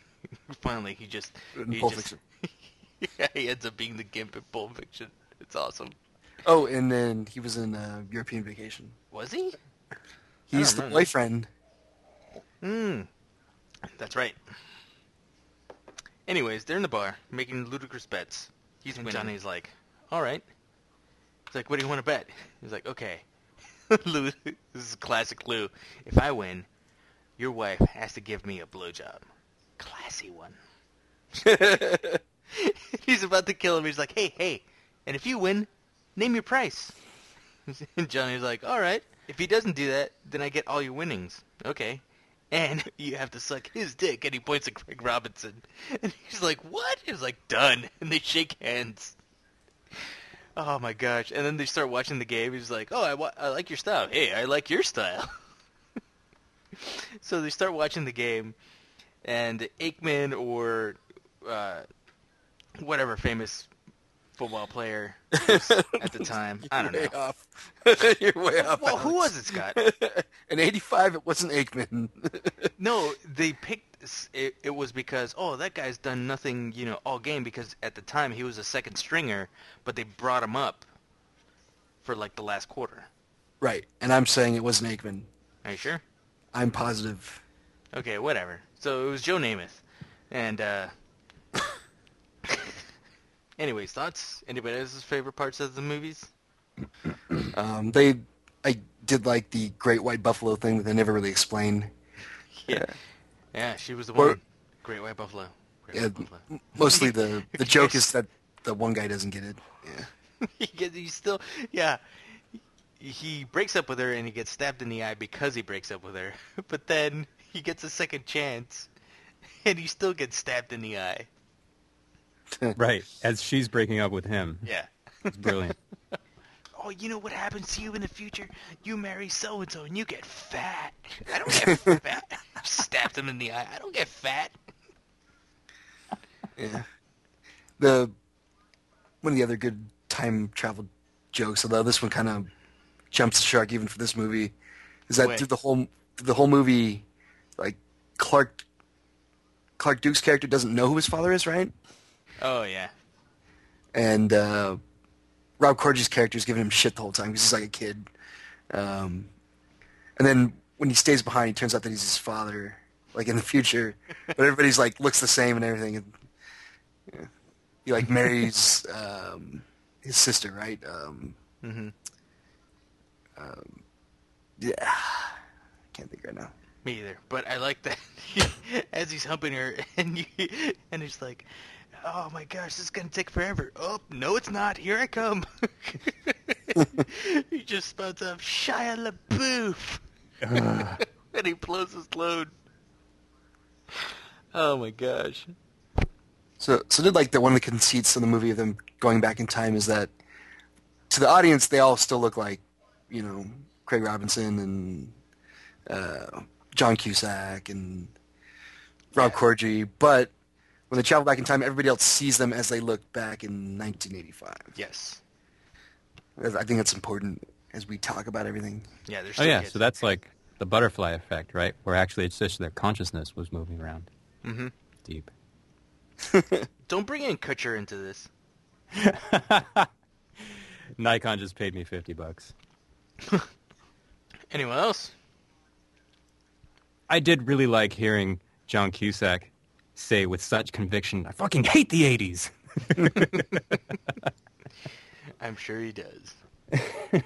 D: finally he just.
C: In
D: he
C: Pulp
D: just-
C: Fiction.
D: yeah, he ends up being the gimp in Pulp Fiction. It's awesome.
C: Oh, and then he was in uh, European Vacation.
D: Was he?
C: He's the
D: remember.
C: boyfriend.
D: Mm. That's right. Anyways, they're in the bar making ludicrous bets. He's winning. Johnny's like, "All right." He's like, "What do you want to bet?" He's like, "Okay." Lou, this is classic Lou. If I win, your wife has to give me a blowjob. Classy one. He's about to kill him. He's like, "Hey, hey!" And if you win, name your price. And Johnny's like, all right. If he doesn't do that, then I get all your winnings. Okay. And you have to suck his dick. And he points at Craig Robinson. And he's like, what? He's like, done. And they shake hands. Oh my gosh. And then they start watching the game. He's like, oh, I, wa- I like your style. Hey, I like your style. so they start watching the game. And Aikman or uh, whatever famous football player was at the time. I don't know.
C: Way off. You're way off.
D: Well, who
C: Alex.
D: was it, Scott?
C: In '85, it wasn't Aikman.
D: No, they picked. s- It, it was because oh, that guy's done nothing, you know, all game. Because at the time he was a second stringer, but they brought him up for like the last quarter.
C: right, and I'm saying it wasn't Aikman.
D: Are you sure?
C: I'm positive.
D: Okay, whatever. So it was Joe Namath, and uh, anyways, thoughts? Anybody else's favorite parts of the movies?
C: Um, they, I did like the Great White Buffalo thing that they never really explain.
D: Yeah, yeah, she was the
C: Or-
D: one. Great White Buffalo. Great
C: Yeah,
D: White Buffalo.
C: m- mostly the the joke is that the one guy doesn't get it. Yeah.
D: he gets he still yeah he breaks up with her and he gets stabbed in the eye because he breaks up with her but then he gets a second chance and he still gets stabbed in the eye
E: Right. As she's breaking up with him.
D: yeah
E: It's brilliant.
D: oh you know what happens to you in the future you marry so and so and you get fat i don't get fat I stabbed him in the eye i don't get fat
C: Yeah. The one of the other good time travel jokes, although this one kind of jumps the shark even for this movie, is that
D: Wait.
C: through the whole through the whole movie, like Clark Clark Duke's character doesn't know who his father is, right?
D: oh yeah
C: And uh, Rob Corddry's character is giving him shit the whole time because he's like a kid. Um, and then when he stays behind, it turns out that he's his father, like in the future. But everybody's like looks the same and everything. And, yeah. He like marries um, his sister, right? Um,
D: Mhm.
C: um, yeah, I can't think right now.
D: Me either, but I like that as he's humping her, and you, and he's like, "Oh my gosh, this is gonna take forever." Oh no, it's not. Here I come. he just spouts off Shia LaBeouf,
E: Uh.
D: and he blows his load. Oh my gosh.
C: So, so did like that one of the conceits of the movie of them going back in time is that to the audience they all still look like, you know, Craig Robinson and uh, John Cusack and Rob Corddry, but when they travel back in time, everybody else sees them as they look back in 1985.
D: Yes.
C: I think that's important as we talk about everything.
D: Yeah. There's.
E: Oh yeah, so that's like the butterfly effect, right? Where actually it's just their consciousness was moving around.
D: Mhm.
E: Deep.
D: Don't bring in Kutcher into this.
E: Nikon just paid me fifty bucks.
D: Anyone else?
E: I did really like hearing John Cusack say with such conviction, "I fucking hate the '80s."
D: I'm sure he does.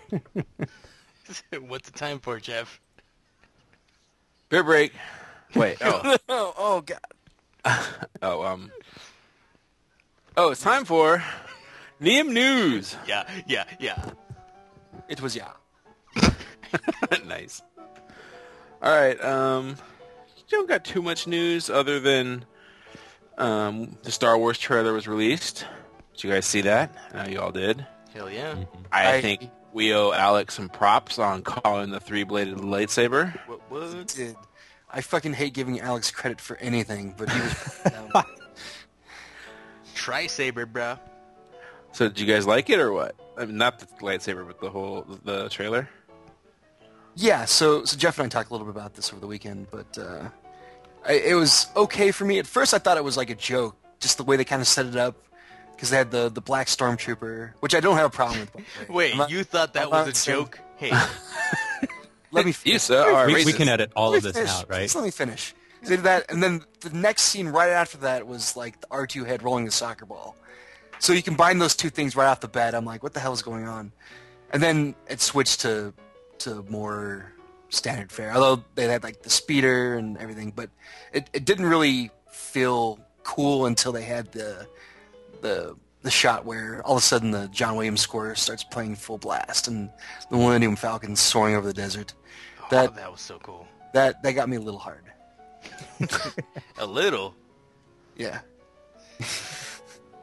D: What's the time for, Jeff?
A: Beer break. Wait. Oh.
C: Oh, oh God.
A: oh. Um. Oh, it's time for Neum News.
D: Yeah. Yeah. Yeah.
C: It was, yeah.
A: nice. All right. Um, don't got too much news other than um, the Star Wars trailer was released. Did you guys see that? I know you all did.
D: Hell yeah.
E: Mm-hmm.
A: I,
C: I-
A: think we owe Alex some props on calling the three-bladed lightsaber.
D: What, what?
C: Dude, I fucking hate giving Alex credit for anything, but he was.
D: Tri-saber, bro.
A: So did you guys like it or what? I mean, not the lightsaber, but the whole the trailer.
C: yeah, so so Jeff and I talked a little bit about this over the weekend, but uh, I, it was okay for me. At first, I thought it was like a joke, just the way they kind of set it up, because they had the the black stormtrooper, which I don't have a problem with. by the way.
D: Wait,
C: I'm not-
D: you thought that
C: I'm
D: was
C: not
D: a
C: saying-
D: joke? Hey,
C: Let me finish.
A: You sir are
E: We, we
A: racist.
E: can edit all
C: Let
E: of
C: me
E: this
C: finish.
E: out, right?
C: Just let me finish. So they did that, and then the next scene right after that was like the R2 head rolling the soccer ball. So you combine those two things right off the bat. I'm like, what the hell is going on? And then it switched to to more standard fare. Although they had like the speeder and everything, but it, it didn't really feel cool until they had the the the shot where all of a sudden the John Williams score starts playing full blast and the Millennium Falcon soaring over the desert.
D: oh,
C: That
D: that was so cool.
C: that that got me a little hard.
D: A little.
C: Yeah,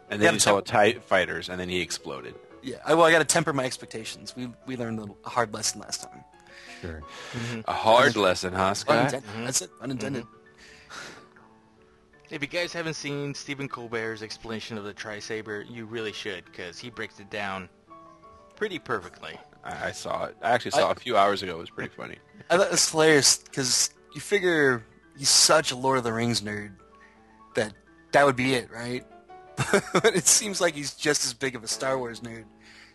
A: And then
C: Yeah,
A: you saw the TIE E fighters, and then he exploded.
C: yeah. I, well, I got to temper my expectations. We we learned a little- a hard lesson last time.
E: Sure.
A: A hard lesson, huh, Scott?
C: Unintended. That's it. Unintended.
D: If you guys haven't seen Stephen Colbert's explanation of the tri-saber, you really should, because he breaks it down pretty perfectly.
A: I, I saw it. I actually saw it a few hours ago. It was pretty funny.
C: I thought it was hilarious because you figure he's such a Lord of the Rings nerd that that would be it, right? but it seems like he's just as big of a Star Wars nerd.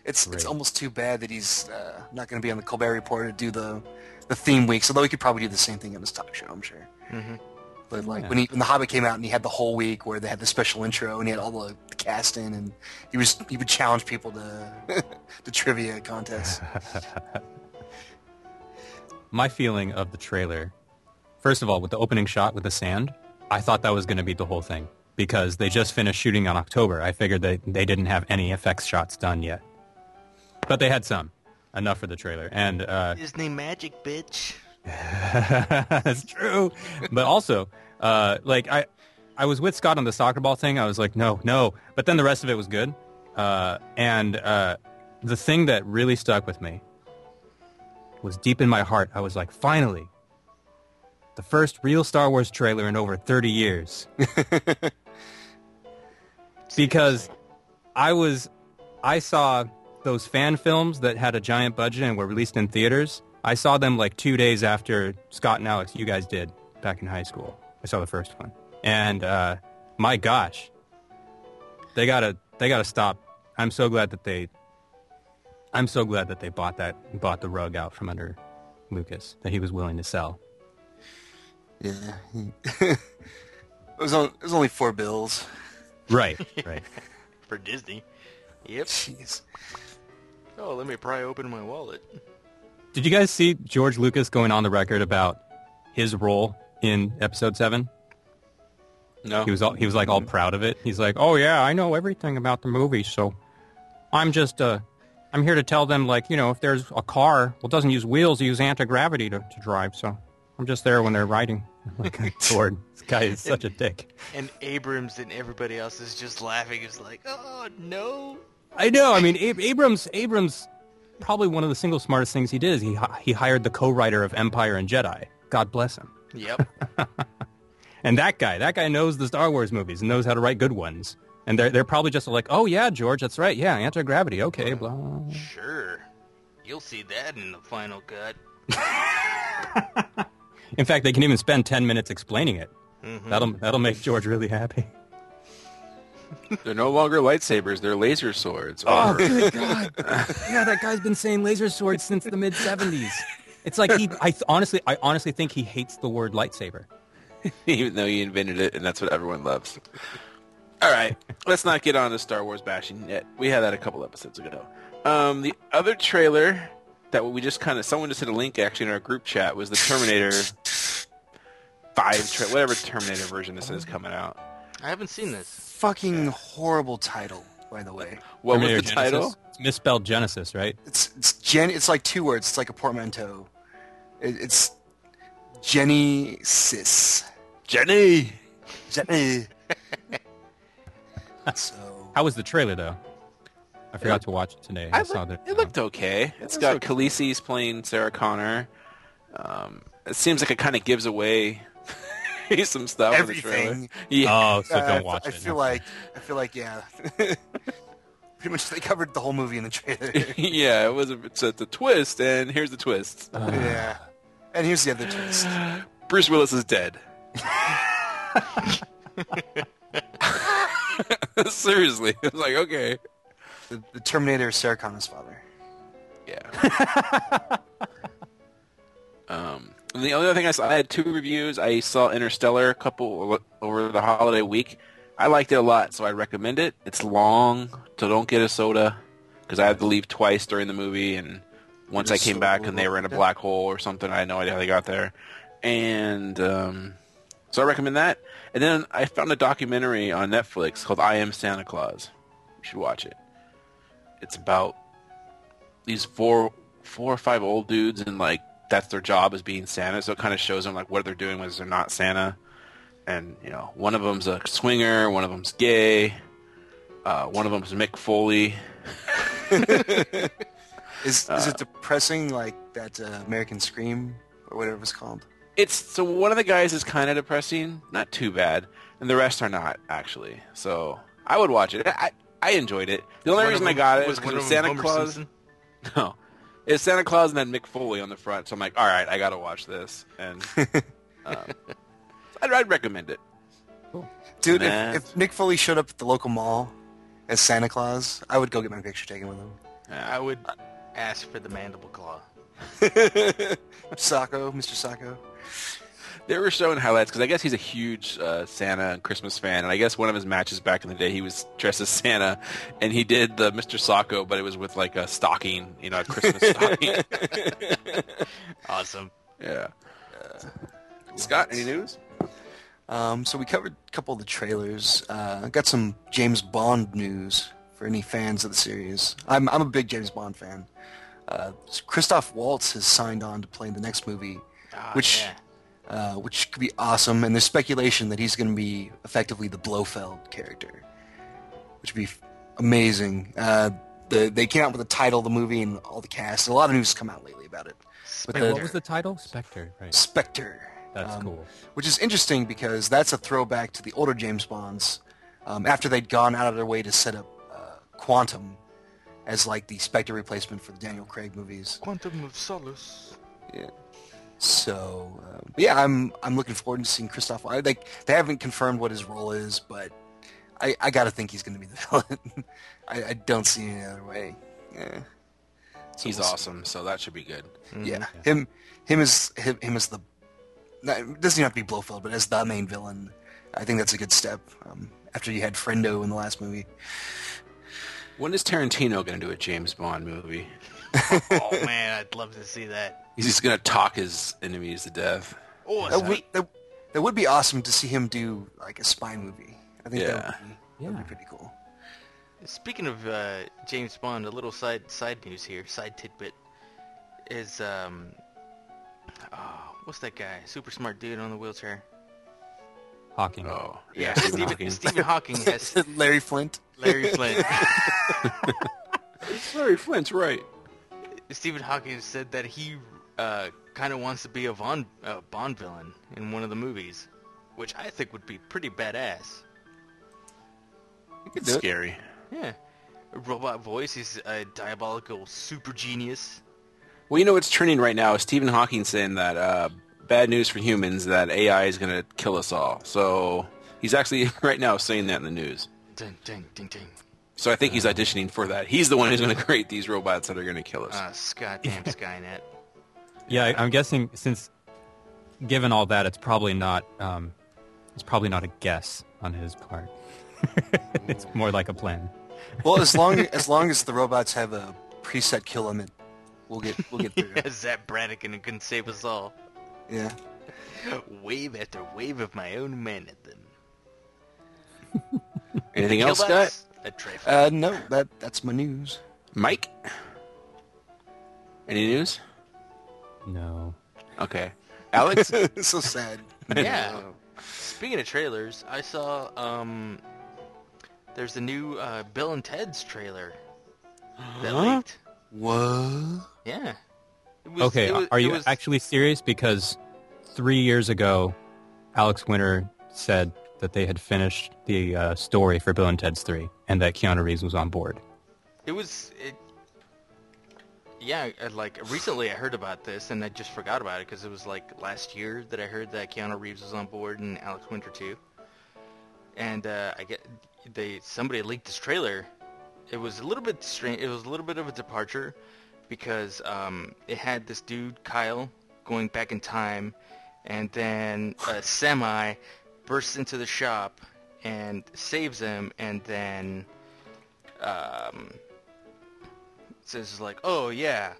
C: It's it's
E: Right.
C: almost too bad that he's uh, not going to be on the Colbert Report to do the the theme weeks. Although he could probably do the same thing on his talk show, I'm sure. But like when he when the Hobbit came out and he had the whole week where they had the special intro and he had all the, the cast in and he was he would challenge people to the trivia contests.
E: my feeling of the trailer, first of all, with the opening shot with the sand, I thought that was going to be the whole thing because they just finished shooting on October. I figured they, they didn't have any effects shots done yet. But they had some. Enough for the trailer. And uh,
D: Disney magic, bitch.
E: that's true. But also, uh, like I, I was with Scott on the soccer ball thing. I was like, no, no. But then the rest of it was good. Uh, and uh, the thing that really stuck with me was deep in my heart. I was like, finally, the first real Star Wars trailer in over 30 years. because I was, I saw those fan films that had a giant budget and were released in theaters. I saw them like two days after Scott and Alex, you guys did back in high school. I saw the first one, and uh, my gosh, they gotta they gotta stop. I'm so glad that they, I'm so glad that they bought that bought the rug out from under Lucas that he was willing to sell.
C: Yeah. it was on, it was only four bills.
E: Right, right.
D: For Disney. Yep.
C: Jeez.
D: Oh, let me pry open my wallet.
E: Did you guys see George Lucas going on the record about his role in Episode Seven?
A: No,
E: He was all, he was like all proud of it. He's like, "Oh yeah, I know everything about the movie, so I'm just uh I'm here to tell them like, you know, if there's a car, well it doesn't use wheels, it uses anti-gravity to, to drive, so I'm just there when they're riding." I'm like, "Oh, Lord, this guy is such a dick.
D: And Abrams and everybody else is just laughing. It's like, oh, no.
E: I know. I mean, Ab- Abrams Abrams probably one of the single smartest things he did is he hi- he hired the co-writer of Empire and Jedi. God bless him.
D: Yep.
E: And that guy, that guy knows the Star Wars movies and knows how to write good ones. And they're, they're probably just like, oh, yeah, George, that's right. Yeah, anti-gravity. Okay, blah.
D: sure. You'll see that in the final cut.
E: In fact, they can even spend 10 minutes explaining it. That'll, that'll make George really happy.
A: they're no longer lightsabers. They're laser swords. Or-
E: Oh, good God. yeah, that guy's been saying laser sword since the mid-70s. It's like he, I th- honestly, I honestly think he hates the word lightsaber.
A: even though he invented it, and that's what everyone loves. All right, let's not get on to Star Wars bashing yet. We had that a couple episodes ago. Um, the other trailer that we just kind of someone just hit a link actually in our group chat was the Terminator Five, tra- whatever Terminator version this is coming out.
D: I haven't seen this.
C: Fucking horrible title. by the way.
A: What was
E: Terminator
A: the
E: Genesis?
A: title?
E: It's misspelled Genesis, right?
C: It's it's Jen. It's like two words. It's like a portmanteau. It, it's Jenny Sis.
A: Jenny.
C: Jenny. so
E: How was the trailer though? I forgot to watch it today. I,
A: I
E: saw
A: look-
E: that.
A: it looked okay. uh, It's got Khaleesi's playing Sarah Connor. Um, it seems like it kind of gives away some stuff. In the trailer.
C: Everything.
A: Yeah.
E: Oh, so
C: Uh, I
E: don't
C: f-
E: watch
C: I
E: it.
C: feel like I feel like yeah. Pretty much they covered the whole movie in the trailer.
A: yeah, it was a, it's, a, it's a twist, and here's the twist.
C: yeah. And here's the other twist.
A: Bruce Willis is dead. Seriously, I was like, okay,
C: The, the Terminator is Sarah Connor's father.
A: yeah. um, and the only other thing I saw, I had two reviews. I saw Interstellar a couple over the holiday week. I liked it a lot, so I recommend it. It's long, so don't get a soda because I had to leave twice during the movie, and once I came back and they were in a black hole or something, I had no idea how they got there. And um, so I recommend that. And then I found a documentary on Netflix called "I Am Santa Claus." You should watch it. It's about these four four or five old dudes and like that's their job as being Santa. So it kind of shows them like what they're doing when they're not Santa. And you know, one of them's a swinger, one of them's gay, uh, one of them's Mick Foley.
C: Is is it depressing like that uh, American Scream or whatever it was called?
A: It's so one of the guys is kind of depressing, not too bad, and the rest are not actually. So I would watch it. I I enjoyed it. The only reason I got it was because Santa Claus. No. Oh. It's Santa Claus and then Mick Foley on the front. So I'm like, all right, I got to watch this. And um, I'd, I'd recommend it.
C: Dude,
A: Nah.
C: if, if Nick Foley showed up at the local mall as Santa Claus, I would go get my picture taken with him.
D: I would
A: Uh,
D: ask for the mandible claw.
C: Sacco, Mr. Sacco.
A: They were showing highlights because I guess he's a huge uh, Santa and Christmas fan. And I guess one of his matches back in the day, he was dressed as Santa. And he did the Mr. Sacco, but it was with like a stocking, you know, a Christmas stocking.
D: Awesome.
A: Yeah. Uh, Scott, any news?
C: Um, so we covered a couple of the trailers. Uh, got some James Bond news for any fans of the series. I'm I'm a big James Bond fan. Uh, Christoph Waltz has signed on to play in the next movie,
E: Ah,
C: which
D: yeah.
C: uh, which could be awesome. And there's speculation that he's going to be effectively the Blofeld character, which would be f- amazing. Uh, the, they came out with the title of the movie and all the cast. A lot of news has come out lately about it. But
E: Wait, what was the title? Spectre. Right.
C: Spectre. Um,
E: That's cool.
C: Which is interesting because that's a throwback to the older James Bonds um, after they'd gone out of their way to set up uh, Quantum as like the Spectre replacement for the Daniel Craig movies.
D: Quantum of Solace.
C: So, uh, but yeah, I'm I'm looking forward to seeing Christoph. I, like they haven't confirmed what his role is, but I, I gotta think he's gonna be the villain. I, I don't see any other way. Yeah, So
A: He's
C: we'll see.
A: awesome, so that should be good.
C: Mm-hmm. Yeah, him him is him, him is the not, it doesn't even have to be Blofeld, but as the main villain, I think that's a good step. Um, after you had Friendo in the last movie,
A: When is Tarantino going to do a James Bond movie?
D: Oh man, I'd love to see that. Oh,
A: He's just going to talk his enemies to death.
C: that
D: Awesome.
C: would that, that would be awesome to see him do like a spy movie. I think
A: Yeah.
C: that would be, that'd be pretty cool.
D: Speaking of uh, James Bond, a little side side news here, side tidbit is um, oh, what's that guy? Super smart dude on the wheelchair.
E: Hawking.
A: Oh,
D: Yeah,
A: Stephen
D: Stephen
A: Hawking.
D: Hawking. Stephen Hawking has
C: Larry Flint.
D: Larry Flint.
A: Larry Flint's right.
D: Stephen Hawking said that he uh, kind of wants to be a Von, uh, Bond villain in one of the movies, which I think would be pretty badass.
A: It's scary.
D: Yeah. Robot voice, he's a diabolical super genius.
A: Well, you know what's trending right now is Stephen Hawking saying that uh, bad news for humans that AI is going to kill us all. So he's actually right now saying that in the news.
D: Ding, ding, ding, ding.
A: So I think he's auditioning for that. He's the one who's going to create these robots that are going to kill us.
D: Ah, Scott, damn Skynet.
E: Yeah, I- I'm guessing since, given all that, it's probably not. Um, it's probably not a guess on his part. it's more like a plan.
C: Well, as long as long as the robots have a preset kill limit, we'll get we'll get through. it.
D: Zap Braddock and it can save us all.
C: yeah.
D: Wave after wave of my own men at them.
A: Anything else,
D: Killbots?
A: Scott?
D: A trifle.
C: Uh, no, that that's my news.
A: Mike? Any news?
E: No.
A: Okay. Alex?
C: so sad.
D: yeah. Speaking of trailers, I saw um, there's the new uh, Bill and Ted's trailer that leaked.
C: What?
D: Yeah. It was-
E: Okay,
D: it was-
E: are
D: it
E: you
D: was-
E: actually serious? Because three years ago, Alex Winter said that they had finished the uh, story for Bill and Ted's 3 and that Keanu Reeves was on board.
D: It was. It, yeah, I- like recently I heard about this and I just forgot about it because it was like last year that I heard that Keanu Reeves was on board and Alex Winter too. And uh, I get they somebody leaked this trailer. It was a little bit strange. It was a little bit of a departure because um, it had this dude Kyle going back in time, and then a semi bursts into the shop and saves him, and then says like, "Oh yeah,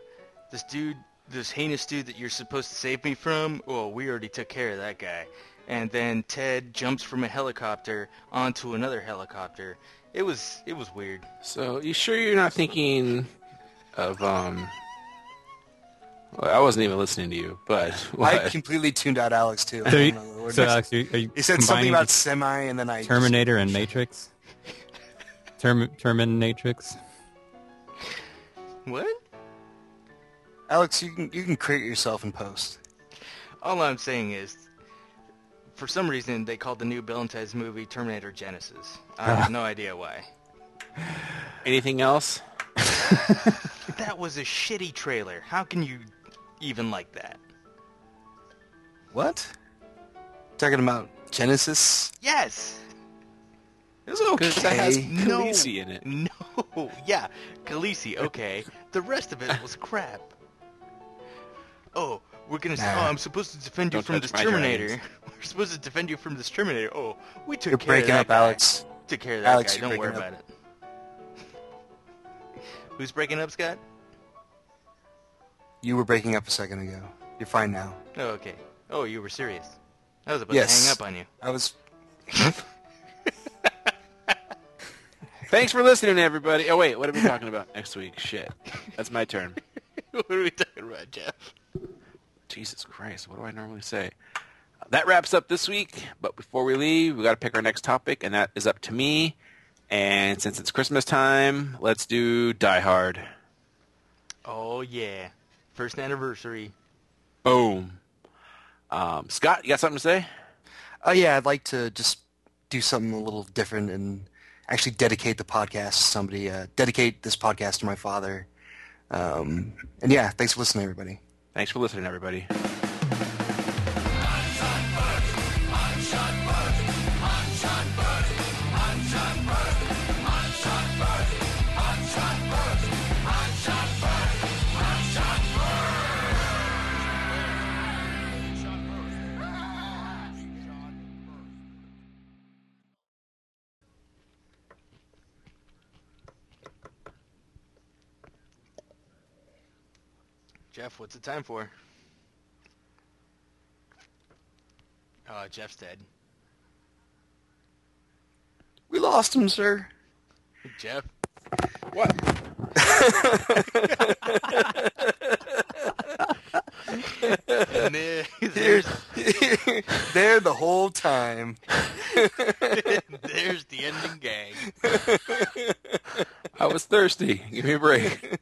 D: this dude, this heinous dude that you're supposed to save me from. Well, we already took care of that guy." And then Ted jumps from a helicopter onto another helicopter. It was it was weird.
A: so, you sure you're not thinking of, um... Well, I wasn't even listening to you, but...
C: I
A: What?
C: completely tuned out Alex too. I
E: So,
C: don't know
E: you,
C: what
E: so
C: it is.
E: Alex, are you, are you
C: Oh, he said something
E: combining
C: about semi, and then I just-
E: Terminator and Matrix? Term, Terminatrix?
D: What?
C: Alex, you can you can create yourself and post.
D: All I'm saying is, for some reason, they called the new Bill and Ted's movie Terminator Genesis. I have no idea why.
A: Anything else?
D: That was a shitty trailer. How can you even like that?
C: What? Talking about Genesis?
D: Yes.
A: It's okay. That has
C: Okay.
D: No.
A: Khaleesi in it.
D: No, yeah, Khaleesi. Okay, the rest of it was crap. Oh, we're gonna say,
C: Nah.
D: oh, I'm supposed to defend you
A: Don't
D: from
A: touch
D: this
A: my
D: Terminator. We're supposed to defend you from this Terminator. Oh, we took
C: You're
D: care
C: breaking
D: of that
C: up,
D: guy.
C: Alex.
D: Took care of that
C: Alex,
D: guy.
C: you're
D: Don't worry
C: breaking up.
D: about it. Who's breaking up, Scott?
C: You were breaking up a second ago. You're fine now.
D: Oh, okay. Oh, you were serious. I was about
C: Yes.
D: to hang up on you.
C: I was.
A: Thanks for listening, everybody. Oh, wait. What are we talking about next week? Shit. That's my turn.
D: what are we talking about, Jeff?
A: Jesus Christ, what do I normally say? That wraps up this week, but before we leave, we got to pick our next topic, and that is up to me. And since it's Christmas time, let's do Die Hard.
D: Oh yeah, first anniversary.
A: Boom. Um, Scott, you got something to say?
C: Oh yeah, I'd like to just do something a little different and actually dedicate the podcast to somebody. Uh, dedicate this podcast to my father. Um, and yeah, thanks for listening, everybody.
A: Thanks for listening, everybody.
D: Jeff, what's it time for? Oh, Jeff's dead.
C: We lost him, sir.
D: Jeff?
A: What?
D: And there- there's,
C: there the whole time.
D: there's the ending gag.
A: I was thirsty. Give me a break.